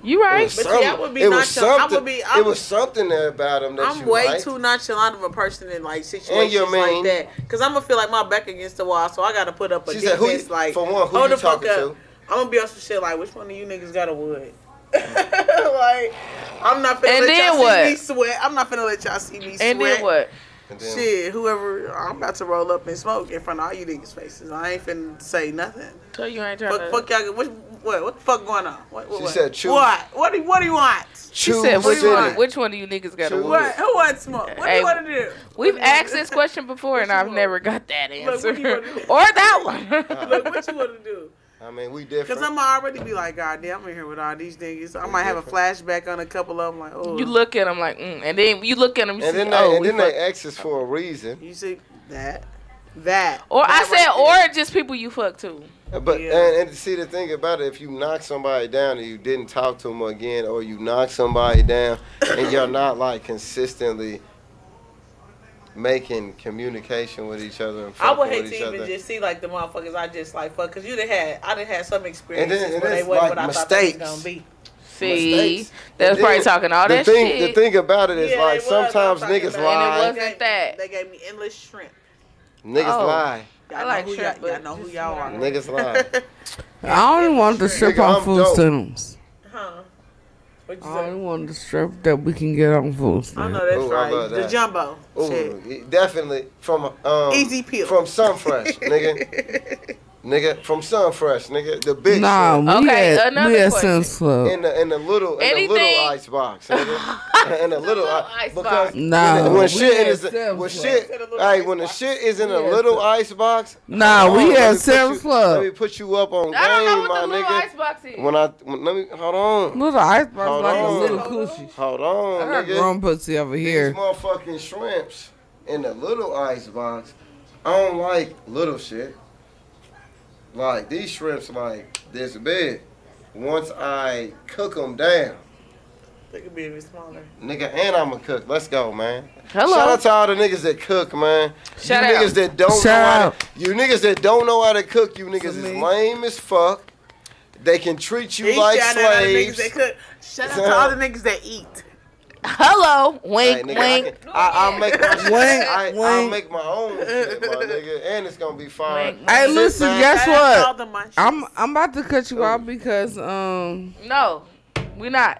Speaker 3: You
Speaker 4: It
Speaker 3: right.
Speaker 4: was
Speaker 6: But see, I
Speaker 4: something-
Speaker 6: would be
Speaker 4: it was
Speaker 6: nonchalant. I would
Speaker 4: something-
Speaker 6: be-
Speaker 4: It
Speaker 6: I'm-
Speaker 4: was something there about them that
Speaker 6: I'm
Speaker 4: you
Speaker 6: way
Speaker 4: liked.
Speaker 6: too nonchalant of a person in like
Speaker 4: And
Speaker 6: situations
Speaker 4: you're
Speaker 6: like
Speaker 4: mean.
Speaker 6: that, cause I'm gonna feel like my back against the wall, so I gotta put up a
Speaker 4: She said,
Speaker 6: defense.
Speaker 4: "Who you-
Speaker 6: like,
Speaker 4: for one, who
Speaker 6: hold
Speaker 4: you
Speaker 6: the fuck
Speaker 4: talking
Speaker 6: up.
Speaker 4: to?
Speaker 6: I'm gonna be on some shit like, which one of you niggas got a wood? like, I'm not finna
Speaker 3: And
Speaker 6: let
Speaker 3: then
Speaker 6: y'all
Speaker 3: what?
Speaker 6: see me sweat. I'm not finna let y'all see me sweat.
Speaker 3: And then what?
Speaker 6: Shit, whoever I'm about to roll up and smoke in front of all you niggas' faces. I ain't finna say nothing.
Speaker 3: So you ain't trying
Speaker 6: Fuck,
Speaker 3: to.
Speaker 6: fuck y'all. What, what, what the fuck going on? What, what,
Speaker 4: She
Speaker 6: what?
Speaker 4: said choose.
Speaker 6: What? What do, you- what do you want?
Speaker 3: She
Speaker 4: Choose
Speaker 3: said, which
Speaker 4: city.
Speaker 3: one, which one of you niggas got a
Speaker 4: Choose.
Speaker 3: wood?
Speaker 6: What? Who wants smoke? What do
Speaker 3: Hey,
Speaker 6: you want to do?
Speaker 3: We've asked this question before, and I've never got that
Speaker 6: Look,
Speaker 3: answer.
Speaker 6: what do you wanna do?
Speaker 3: or that
Speaker 4: Uh-huh.
Speaker 3: one.
Speaker 6: Look, what you want to do?
Speaker 4: I mean, we
Speaker 6: Because
Speaker 4: different.
Speaker 6: I'm already be like, God damn, I'm in here with all these niggas. I might have a flashback on a couple of them. Like, oh,
Speaker 3: you look at them like, mm, and then you look at them, you
Speaker 4: and
Speaker 3: see,
Speaker 4: then they,
Speaker 3: oh,
Speaker 4: and
Speaker 3: we
Speaker 4: then they
Speaker 3: fuck-
Speaker 4: ex is for a reason.
Speaker 6: You see that? That.
Speaker 3: Or I
Speaker 6: That
Speaker 3: said,
Speaker 6: right there.
Speaker 3: or just people you fuck too.
Speaker 4: But
Speaker 6: Yeah.
Speaker 4: and, and see the thing about it, if you knock somebody down and you didn't talk to them again, or you knock somebody down and you're not like consistently making communication with each other and
Speaker 6: I would
Speaker 4: fucking
Speaker 6: hate
Speaker 4: with
Speaker 6: to
Speaker 4: each
Speaker 6: even
Speaker 4: other.
Speaker 6: just see like the motherfuckers I just like fuck because you done had I done had some
Speaker 4: and
Speaker 6: experiences
Speaker 4: then and
Speaker 6: where they
Speaker 4: it's
Speaker 6: wasn't
Speaker 4: like
Speaker 6: what I
Speaker 4: mistakes.
Speaker 6: thought they was gonna be.
Speaker 3: See,
Speaker 4: Mistakes.
Speaker 3: they was
Speaker 4: And
Speaker 3: probably
Speaker 4: then
Speaker 3: talking all
Speaker 4: the
Speaker 3: that
Speaker 4: thing,
Speaker 3: shit.
Speaker 4: The thing about it is
Speaker 6: Yeah,
Speaker 4: like
Speaker 6: they was. I'm
Speaker 4: sometimes
Speaker 6: talking
Speaker 4: niggas
Speaker 6: about
Speaker 3: And it
Speaker 4: lie,
Speaker 3: wasn't that.
Speaker 6: They gave me endless shrimp.
Speaker 4: niggas
Speaker 3: Oh.
Speaker 4: lie,
Speaker 6: I like who y'all, y'all know who y'all are.
Speaker 4: Niggas lying.
Speaker 5: I only wanted to strip
Speaker 4: Nigga,
Speaker 5: on
Speaker 4: I'm
Speaker 5: food
Speaker 4: dope.
Speaker 5: stamps.
Speaker 6: Huh? What you
Speaker 5: I
Speaker 6: say?
Speaker 5: only wanted to strip that we can get on food
Speaker 6: I
Speaker 5: stamps.
Speaker 6: know that's
Speaker 4: Ooh, I
Speaker 6: right.
Speaker 4: love
Speaker 6: The
Speaker 4: that.
Speaker 6: jumbo. Shit.
Speaker 4: Ooh, y- definitely from um,
Speaker 6: Easy peel.
Speaker 4: from Sunfresh, nigga. nigga from Sunfresh, nigga. The big
Speaker 5: Nah,
Speaker 4: shit.
Speaker 5: we Okay, had- another we had question. Sam's Club.
Speaker 4: in the in the little in the
Speaker 3: Anything-
Speaker 4: little ice box, nigga. in the little i-
Speaker 3: ice
Speaker 4: because
Speaker 3: box.
Speaker 5: Nah,
Speaker 4: when,
Speaker 5: we
Speaker 4: when shit
Speaker 5: had
Speaker 4: is
Speaker 5: Sam's
Speaker 4: when
Speaker 5: Club.
Speaker 4: shit, hey, when the shit is in a little ice box.
Speaker 5: Nah,
Speaker 4: hold
Speaker 5: we
Speaker 4: on,
Speaker 5: had
Speaker 4: let me put
Speaker 5: Sam's
Speaker 4: you-
Speaker 5: Club.
Speaker 4: Let me put you up on
Speaker 3: I don't know
Speaker 4: game,
Speaker 3: what the
Speaker 4: my
Speaker 3: little
Speaker 4: nigga.
Speaker 3: ice box is.
Speaker 4: When I when, let me hold on.
Speaker 5: Little ice box
Speaker 4: Hold
Speaker 5: like a
Speaker 4: on.
Speaker 5: little coochie.
Speaker 4: Hold
Speaker 5: I
Speaker 4: on,
Speaker 5: got
Speaker 4: nigga.
Speaker 5: grown pussy over here.
Speaker 4: These motherfucking shrimps in the little ice box. I don't like little shit. Like these shrimps, like this big. Once I cook them down,
Speaker 6: They could be even smaller.
Speaker 4: nigga, and I'm a cook. Let's go, man.
Speaker 6: Hello.
Speaker 4: Shout out to all the niggas that cook, man.
Speaker 6: Shout
Speaker 4: you
Speaker 6: out.
Speaker 4: niggas that don't
Speaker 5: Shout
Speaker 4: know
Speaker 5: out.
Speaker 4: how to, you niggas that don't know how to cook, you niggas is lame as fuck. They can treat you
Speaker 6: He
Speaker 4: like
Speaker 6: shout out all the niggas
Speaker 4: slaves.
Speaker 6: that cook. Shout out to all the niggas that eat.
Speaker 3: Hello,
Speaker 4: Hey,
Speaker 3: wink,
Speaker 4: nigga, I,
Speaker 3: wink.
Speaker 4: can, I, I make my shit.
Speaker 5: Wink,
Speaker 4: I, I
Speaker 5: wink.
Speaker 4: make my own shit, my nigga, and it's gonna be fine.
Speaker 5: Hey,
Speaker 4: Sit
Speaker 5: listen,
Speaker 4: back.
Speaker 5: guess
Speaker 6: all the
Speaker 5: what?
Speaker 6: munchies.
Speaker 5: I'm I'm about to cut you off because um
Speaker 3: No, we not.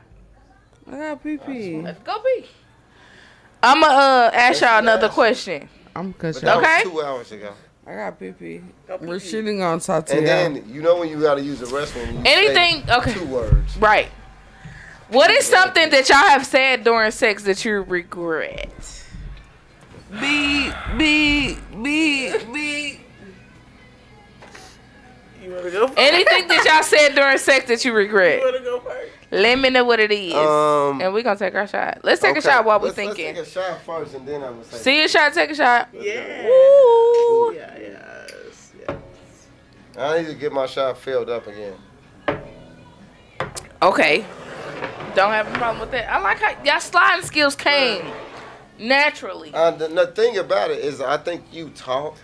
Speaker 5: I got pee pee.
Speaker 3: Let's go be. I'ma uh ask y'all another question.
Speaker 5: I'm gonna cut
Speaker 4: But
Speaker 5: you
Speaker 4: that
Speaker 5: off.
Speaker 4: okay.
Speaker 3: Okay.
Speaker 4: was two hours ago.
Speaker 5: I got pee pee. We're shooting on
Speaker 4: And
Speaker 5: Tatiana.
Speaker 4: then you know when you gotta use the restroom. you
Speaker 3: Anything-
Speaker 4: say
Speaker 3: okay.
Speaker 4: Two words.
Speaker 3: Right. What is something that y'all have said during sex that you regret?
Speaker 5: Beep beep beep beep.
Speaker 6: You wanna go?
Speaker 3: Anything that y'all said during sex that you
Speaker 6: You
Speaker 3: regret?
Speaker 6: wanna go first?
Speaker 3: Let me know what it is,
Speaker 4: Um,
Speaker 3: and we gonna take our shot. Let's take a
Speaker 4: Okay.
Speaker 3: shot while we're
Speaker 4: Let's- let's
Speaker 3: thinking.
Speaker 4: take a shot first, and then I'm gonna say.
Speaker 3: See a shot, take a shot.
Speaker 6: Yeah.
Speaker 3: Woo.
Speaker 6: Yeah, yes, yeah.
Speaker 4: I need to get my shot filled up again.
Speaker 3: Okay. Don't have a problem with that. I like how y'all sliding skills came naturally.
Speaker 4: Uh, the, the thing about it is, I think you talk.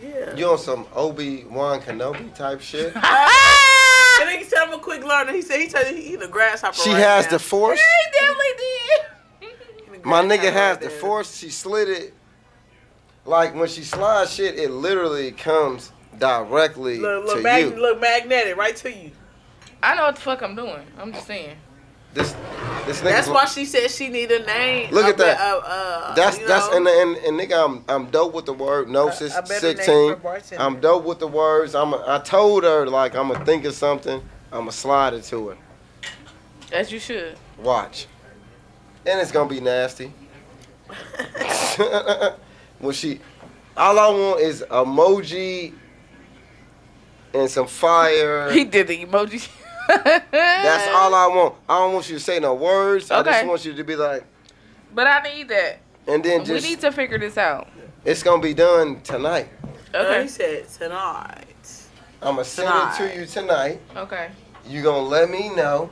Speaker 6: Yeah.
Speaker 4: You on some Obi Wan Kenobi type shit. Uh-huh.
Speaker 6: And then he said, I'm a quick learner. He said, he said, he, he the grasshopper.
Speaker 4: She
Speaker 6: right
Speaker 4: has
Speaker 6: now.
Speaker 4: the force.
Speaker 3: He definitely did.
Speaker 4: My nigga has the force. She slid it. Like when she slides shit, it literally comes directly
Speaker 6: Look,
Speaker 4: to
Speaker 6: look, mag-
Speaker 4: you.
Speaker 6: look magnetic right to you.
Speaker 3: I know what the fuck I'm doing. I'm just saying.
Speaker 4: This, this nigga.
Speaker 6: That's why she said she need a name.
Speaker 4: Look
Speaker 6: a
Speaker 4: at
Speaker 6: be-
Speaker 4: that.
Speaker 6: a- a-
Speaker 4: that's
Speaker 6: you
Speaker 4: that's
Speaker 6: know,
Speaker 4: and, and and nigga, I'm I'm dope with the word gnosis
Speaker 6: A- a better name
Speaker 4: sixteen.
Speaker 6: for bartender.
Speaker 4: I'm dope with the words. I'm a, I told her like I'm gonna think of something. I'm gonna slide it to her.
Speaker 3: As you should.
Speaker 4: Watch, and it's gonna be nasty. when she, all I want is emoji and some fire.
Speaker 3: He did the emoji.
Speaker 4: That's all I want. I don't want you to say no words. I just
Speaker 3: Okay.
Speaker 4: want you to be like,
Speaker 3: But I need that.
Speaker 4: and then
Speaker 3: we
Speaker 4: just
Speaker 3: need to figure this out.
Speaker 4: it's gonna be done tonight.
Speaker 6: uh,
Speaker 3: Okay.
Speaker 6: He said tonight.
Speaker 4: I'm gonna send it to you tonight.
Speaker 3: Okay.
Speaker 4: You gonna let me know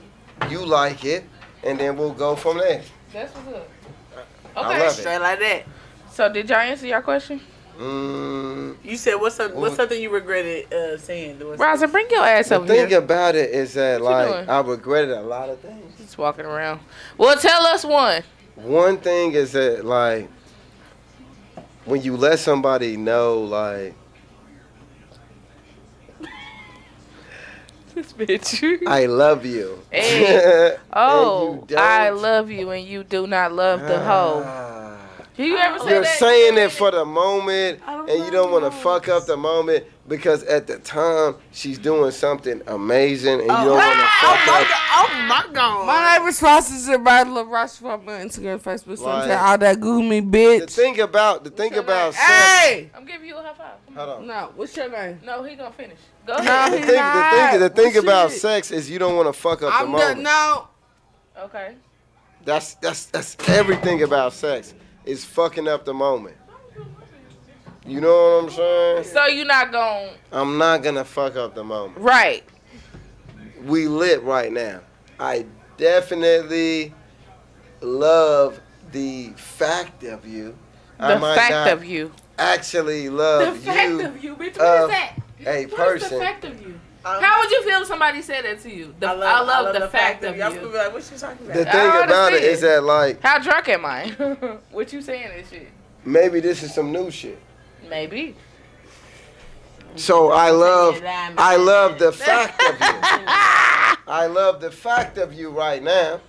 Speaker 4: you like it, and then we'll go from there.
Speaker 3: That's what's up.
Speaker 4: I
Speaker 3: Okay.
Speaker 4: love it.
Speaker 6: Straight like that.
Speaker 3: So did y'all answer your question?
Speaker 4: Mm,
Speaker 6: You said what's some,
Speaker 4: Ooh.
Speaker 6: what's something you regretted uh, saying? What's-
Speaker 3: Rosa, bring your ass
Speaker 4: the
Speaker 3: over
Speaker 4: thing
Speaker 3: here.
Speaker 4: about it is that
Speaker 3: What you
Speaker 4: like
Speaker 3: doing?
Speaker 4: I regretted a lot of things.
Speaker 3: Just walking around. Well, tell us one.
Speaker 4: One thing is that like when you let somebody know like
Speaker 3: This bitch.
Speaker 4: I love you.
Speaker 3: Hey.
Speaker 4: And
Speaker 3: Oh,
Speaker 4: you
Speaker 3: I
Speaker 4: don't.
Speaker 3: love you and you do not love the hoe.
Speaker 4: Ah.
Speaker 3: Do you ever say
Speaker 4: You're
Speaker 3: that?
Speaker 4: saying it for the moment,
Speaker 6: I don't
Speaker 4: and you
Speaker 6: love
Speaker 4: don't want to
Speaker 6: hoes.
Speaker 4: fuck up the moment because at the time she's doing something amazing, and you don't want to fuck up.
Speaker 6: Oh my god.
Speaker 5: My neighbor's sponsors are by La Roche for my Instagram, Facebook, Snapchat,
Speaker 4: Like-
Speaker 5: all that goo me,
Speaker 4: The
Speaker 5: bitch.
Speaker 4: thing about the thing
Speaker 3: Tonight.
Speaker 4: about sex.
Speaker 5: Hey!
Speaker 3: I'm giving you a high five.
Speaker 4: Hold on.
Speaker 5: No, what's your name?
Speaker 3: No, he gonna finish. Go
Speaker 5: No,
Speaker 3: ahead.
Speaker 4: The
Speaker 5: he
Speaker 4: thing, the
Speaker 5: not.
Speaker 4: thing, the thing
Speaker 5: Shit.
Speaker 4: about sex is you don't want to fuck up the
Speaker 5: I'm done.
Speaker 4: moment.
Speaker 5: No.
Speaker 3: Okay.
Speaker 4: That's that's that's everything about sex is fucking up the moment. You know what I'm saying?
Speaker 3: So you not gonna
Speaker 4: I'm not gonna fuck up the moment.
Speaker 3: right?
Speaker 4: We lit right now. I definitely love the fact of you. I
Speaker 3: The
Speaker 4: might not
Speaker 3: fact of you.
Speaker 4: actually love
Speaker 3: the fact
Speaker 4: you,
Speaker 3: of you, bitch. What is
Speaker 4: of
Speaker 3: that?
Speaker 4: a
Speaker 3: What is the
Speaker 4: person.
Speaker 3: fact of you? How would you feel if somebody said that to you? The, Um, I, love, the, fact, of
Speaker 6: Y'all
Speaker 3: you.
Speaker 6: be like, what you talking
Speaker 4: The
Speaker 6: about?
Speaker 3: I
Speaker 4: thing about it
Speaker 3: understand.
Speaker 4: is that like
Speaker 3: How drunk am I? what you saying this shit?
Speaker 4: maybe this is some new shit.
Speaker 3: Maybe.
Speaker 4: So I love, I love the fact of you. I love the fact of you right now.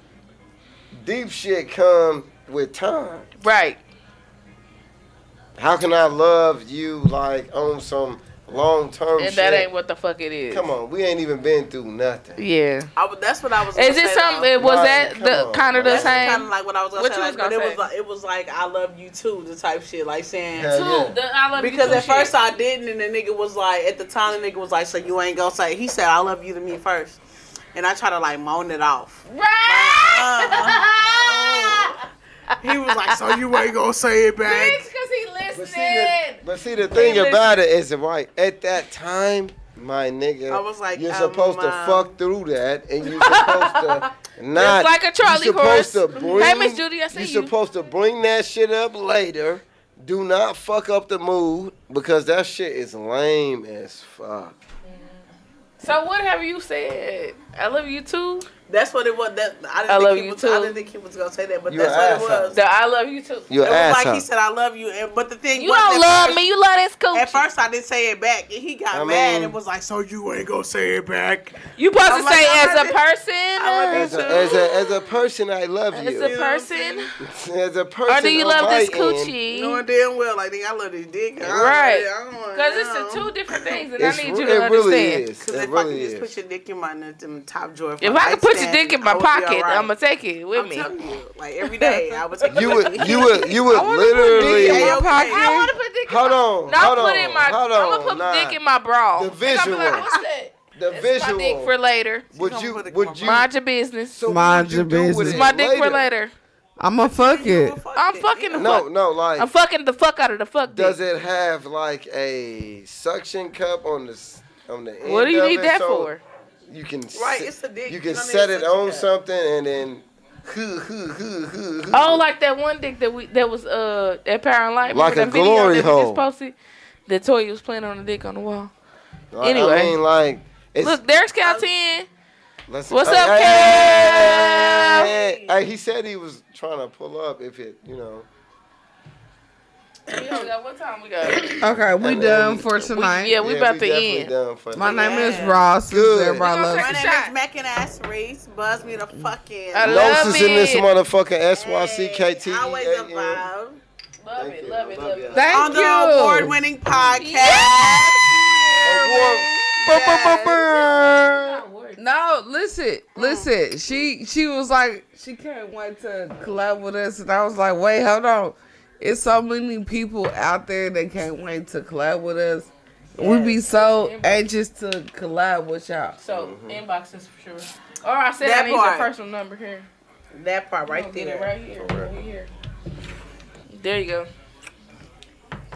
Speaker 4: Deep shit come with time.
Speaker 3: Right.
Speaker 4: How can I love you like on some long term?
Speaker 3: And that ain't what the fuck it is.
Speaker 4: Oh, Come on, we ain't even been through nothing.
Speaker 3: Yeah.
Speaker 6: I, would- that's what I was.
Speaker 3: Is it something? Was that the kind of the same?
Speaker 6: Kind of like what I was gonna
Speaker 3: What
Speaker 6: say.
Speaker 3: you
Speaker 6: like,
Speaker 3: was gonna
Speaker 6: but
Speaker 3: say?
Speaker 6: it was like it was like I love you too, the type shit, like saying
Speaker 3: Hell Too, yeah. the I love you
Speaker 6: because
Speaker 3: too
Speaker 6: at
Speaker 3: shit.
Speaker 6: first I didn't, and the nigga was like, at the time the nigga was like, so you ain't gonna say. He said I love you to me first, and I try to like moan it off.
Speaker 3: Uh-huh.
Speaker 6: He was like, so you ain't gonna say it back.
Speaker 3: because he
Speaker 4: listening. But see, the thing about it is, right at that time, my nigga,
Speaker 6: I was like,
Speaker 4: you're
Speaker 6: um,
Speaker 4: supposed to
Speaker 6: um,
Speaker 4: fuck through that, and you're supposed to not.
Speaker 3: like a Charlie
Speaker 4: you're supposed
Speaker 3: horse.
Speaker 4: To bring,
Speaker 3: Hey, Miss Judy, I see
Speaker 4: You're
Speaker 3: you.
Speaker 4: supposed to bring that shit up later. Do not fuck up the mood because that shit is lame as fuck.
Speaker 3: So what have you said? I love you too.
Speaker 6: That's what it was. That I, didn't
Speaker 3: I
Speaker 6: think
Speaker 3: love
Speaker 6: he
Speaker 3: you
Speaker 6: was,
Speaker 3: too.
Speaker 6: I didn't think he was gonna say that, but
Speaker 4: You
Speaker 6: that's
Speaker 4: an
Speaker 6: what it
Speaker 4: asshole.
Speaker 6: was.
Speaker 3: The I love you too.
Speaker 4: You
Speaker 6: it
Speaker 4: an
Speaker 6: was like
Speaker 4: asshole.
Speaker 6: he said, "I love you," and but the thing
Speaker 3: You
Speaker 6: was
Speaker 3: don't
Speaker 6: at
Speaker 3: love
Speaker 6: first-
Speaker 3: me. You love this coochie.
Speaker 6: At first, I didn't say it back, and he got
Speaker 4: I
Speaker 6: mad
Speaker 4: mean-
Speaker 6: and was like, "So you ain't gonna say it back?"
Speaker 3: You supposed
Speaker 6: I'm
Speaker 3: to
Speaker 6: like,
Speaker 3: say
Speaker 6: I
Speaker 3: as
Speaker 6: love
Speaker 3: a
Speaker 6: you.
Speaker 3: person.
Speaker 4: As a, as a as a person, I love
Speaker 3: As
Speaker 4: you.
Speaker 3: a person.
Speaker 4: as a person,
Speaker 3: Or do you
Speaker 4: on
Speaker 3: love this
Speaker 4: my end,
Speaker 3: coochie?
Speaker 6: Knowing damn well, like, nigga, I love this dick. I don't-
Speaker 3: Right.
Speaker 6: I don't want-
Speaker 3: Because it's the two different things, and I
Speaker 4: it's
Speaker 3: need
Speaker 4: re-
Speaker 3: you to
Speaker 4: it really
Speaker 3: understand.
Speaker 4: is.
Speaker 6: Because
Speaker 4: It
Speaker 6: if I
Speaker 4: really
Speaker 6: can just
Speaker 4: is.
Speaker 6: put your dick in my n- in top drawer, of
Speaker 3: If
Speaker 6: my
Speaker 3: I could put your
Speaker 6: nightstand,
Speaker 3: dick in
Speaker 6: I
Speaker 3: my
Speaker 6: would be
Speaker 3: pocket,
Speaker 6: alright.
Speaker 3: I'm gonna take it with
Speaker 6: I'm
Speaker 3: me.
Speaker 6: telling you, like every day, I would take.
Speaker 4: You
Speaker 6: my
Speaker 4: would
Speaker 6: dick.
Speaker 4: you would you would literally
Speaker 6: dick in my pocket.
Speaker 3: I want to put dick.
Speaker 4: Hold on,
Speaker 3: No,
Speaker 4: hold
Speaker 3: put
Speaker 4: on,
Speaker 3: it in my.
Speaker 4: hold
Speaker 3: I'm
Speaker 4: on.
Speaker 3: gonna put
Speaker 4: nah.
Speaker 3: dick in my bra.
Speaker 4: The
Speaker 3: And I'm gonna be
Speaker 4: visual.
Speaker 3: like, what's that?
Speaker 4: The
Speaker 3: It's my
Speaker 4: visual.
Speaker 3: dick for later.
Speaker 4: Would you would you
Speaker 3: Mind your business.
Speaker 4: so
Speaker 5: Mind
Speaker 4: what you
Speaker 5: your
Speaker 4: do with
Speaker 5: business.
Speaker 4: it
Speaker 3: my dick for later.
Speaker 5: I'ma fuck it.
Speaker 3: I'm fucking the
Speaker 4: No,
Speaker 3: fuck.
Speaker 4: no, like
Speaker 3: I'm fucking the fuck out of the fuck dick.
Speaker 4: does it have like a suction cup on the s- on the end?
Speaker 3: What do you
Speaker 4: of
Speaker 3: need
Speaker 4: it
Speaker 3: that
Speaker 4: so
Speaker 3: for?
Speaker 4: You can
Speaker 6: Right,
Speaker 4: se-
Speaker 6: it's a dick.
Speaker 4: You
Speaker 6: You
Speaker 4: can
Speaker 6: don't need
Speaker 4: set
Speaker 6: a
Speaker 4: it
Speaker 6: suction
Speaker 4: on
Speaker 6: cup.
Speaker 4: something and then hoo, hoo, hoo, hoo, hoo.
Speaker 3: Oh, like that one dick that we that was uh at Power and Light.
Speaker 4: Like
Speaker 3: Remember that
Speaker 4: a
Speaker 3: video
Speaker 4: glory
Speaker 3: that we
Speaker 4: hole.
Speaker 3: just posted. That Toya was playing on the dick on the wall.
Speaker 4: Like,
Speaker 3: anyway.
Speaker 4: I mean, like it's,
Speaker 3: Look, there's count ten.
Speaker 4: let's-
Speaker 3: what's
Speaker 4: hey,
Speaker 3: up,
Speaker 4: hey,
Speaker 3: Kev?
Speaker 4: hey, hey, hey, he said he was trying to pull up if it, you know.
Speaker 3: We only got what time we got?
Speaker 5: Okay, we done for tonight.
Speaker 3: yeah, we about to
Speaker 4: definitely
Speaker 3: end.
Speaker 4: done for
Speaker 5: My
Speaker 4: that.
Speaker 5: name is Ross.
Speaker 4: Good.
Speaker 5: Everybody
Speaker 3: We gonna
Speaker 5: loves
Speaker 6: My
Speaker 3: take
Speaker 6: name
Speaker 3: Shot.
Speaker 6: is Mac and Ass Reese. Buzz me the fucking.
Speaker 3: I love
Speaker 4: Gnosis in this
Speaker 3: it.
Speaker 4: motherfucker. S Mm. Y C K T E
Speaker 6: Always
Speaker 4: A
Speaker 6: a
Speaker 4: N.
Speaker 6: vibe.
Speaker 3: Love
Speaker 4: Thank
Speaker 3: it,
Speaker 4: you.
Speaker 3: love it,
Speaker 4: Love
Speaker 3: love
Speaker 4: y'all.
Speaker 3: it.
Speaker 5: Thank
Speaker 6: on
Speaker 5: you.
Speaker 6: the uh, award winning podcast.
Speaker 4: Award- Bur- bur- bur- bur.
Speaker 5: No, listen, listen. She she was like she can't wait to collab with us, and I was like, wait, hold on. It's so many people out there that can't wait to collab with us. We be so anxious to collab with y'all.
Speaker 3: So
Speaker 4: Mm-hmm.
Speaker 3: inboxes for sure. Or I said
Speaker 6: That
Speaker 3: I need
Speaker 6: part.
Speaker 3: your personal number here.
Speaker 6: That part right
Speaker 3: Don't get
Speaker 6: there.
Speaker 3: it right here. Over here. There you go.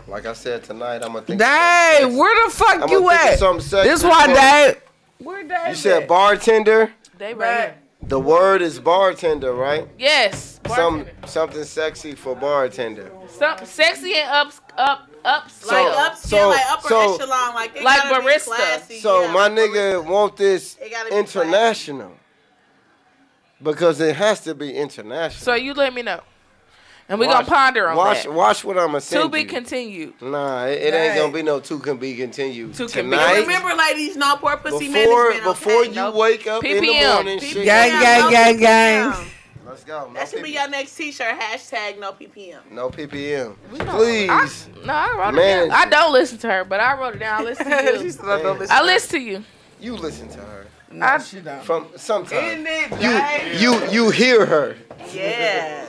Speaker 4: Like I said tonight, I'm gonna think. of something
Speaker 5: Dave,
Speaker 4: sexy.
Speaker 5: where the fuck
Speaker 4: I'ma
Speaker 5: you
Speaker 4: think of
Speaker 5: at?
Speaker 4: something sexy.
Speaker 5: This why
Speaker 4: Look,
Speaker 5: Dave. Where Dave?
Speaker 4: You said bartender.
Speaker 3: They right here.
Speaker 4: The word is bartender, right?
Speaker 3: Yes.
Speaker 4: Some
Speaker 3: Bartender.
Speaker 4: something sexy for bartender.
Speaker 3: Some, sexy and up up up
Speaker 6: Like
Speaker 4: So-
Speaker 6: upscale,
Speaker 4: so-
Speaker 6: like upper
Speaker 4: so-
Speaker 6: echelon, like it
Speaker 3: Like
Speaker 6: gotta be
Speaker 3: barista.
Speaker 6: classy,
Speaker 4: So
Speaker 6: yeah.
Speaker 4: my nigga want this
Speaker 6: It gotta be
Speaker 4: international because it has to be international.
Speaker 3: So you let me know. And we're
Speaker 4: Watch-
Speaker 3: gonna ponder on
Speaker 4: watch,
Speaker 3: that.
Speaker 4: Watch what I'ma send
Speaker 3: to be
Speaker 4: you.
Speaker 3: continued.
Speaker 4: Nah, it, it ain't
Speaker 5: Right.
Speaker 4: gonna be no two can be continued.
Speaker 3: Two can be-
Speaker 4: tonight.
Speaker 6: And remember, ladies, no poor pussy
Speaker 4: before
Speaker 6: management.
Speaker 4: before
Speaker 6: okay?
Speaker 4: you
Speaker 6: No
Speaker 4: wake up in the
Speaker 3: PPM.
Speaker 4: morning,
Speaker 6: PPM,
Speaker 4: shit.
Speaker 5: Gang, gang,
Speaker 6: no
Speaker 5: gang,
Speaker 6: PPM.
Speaker 5: gang.
Speaker 4: Let's go. No
Speaker 6: That should be
Speaker 4: PPM.
Speaker 6: your next T-shirt. Hashtag no PPM.
Speaker 4: No PPM.
Speaker 3: don't-
Speaker 4: Please.
Speaker 3: No, I wrote it
Speaker 4: Management.
Speaker 3: down. I don't listen to her, but I wrote it down. I listen to you.
Speaker 6: said, "I
Speaker 4: don't
Speaker 3: I listen to you.
Speaker 4: You listen to her
Speaker 5: No, she don't.
Speaker 4: from sometimes.
Speaker 6: Isn't it,
Speaker 4: You
Speaker 6: babe?
Speaker 4: you you hear her.
Speaker 6: Yeah.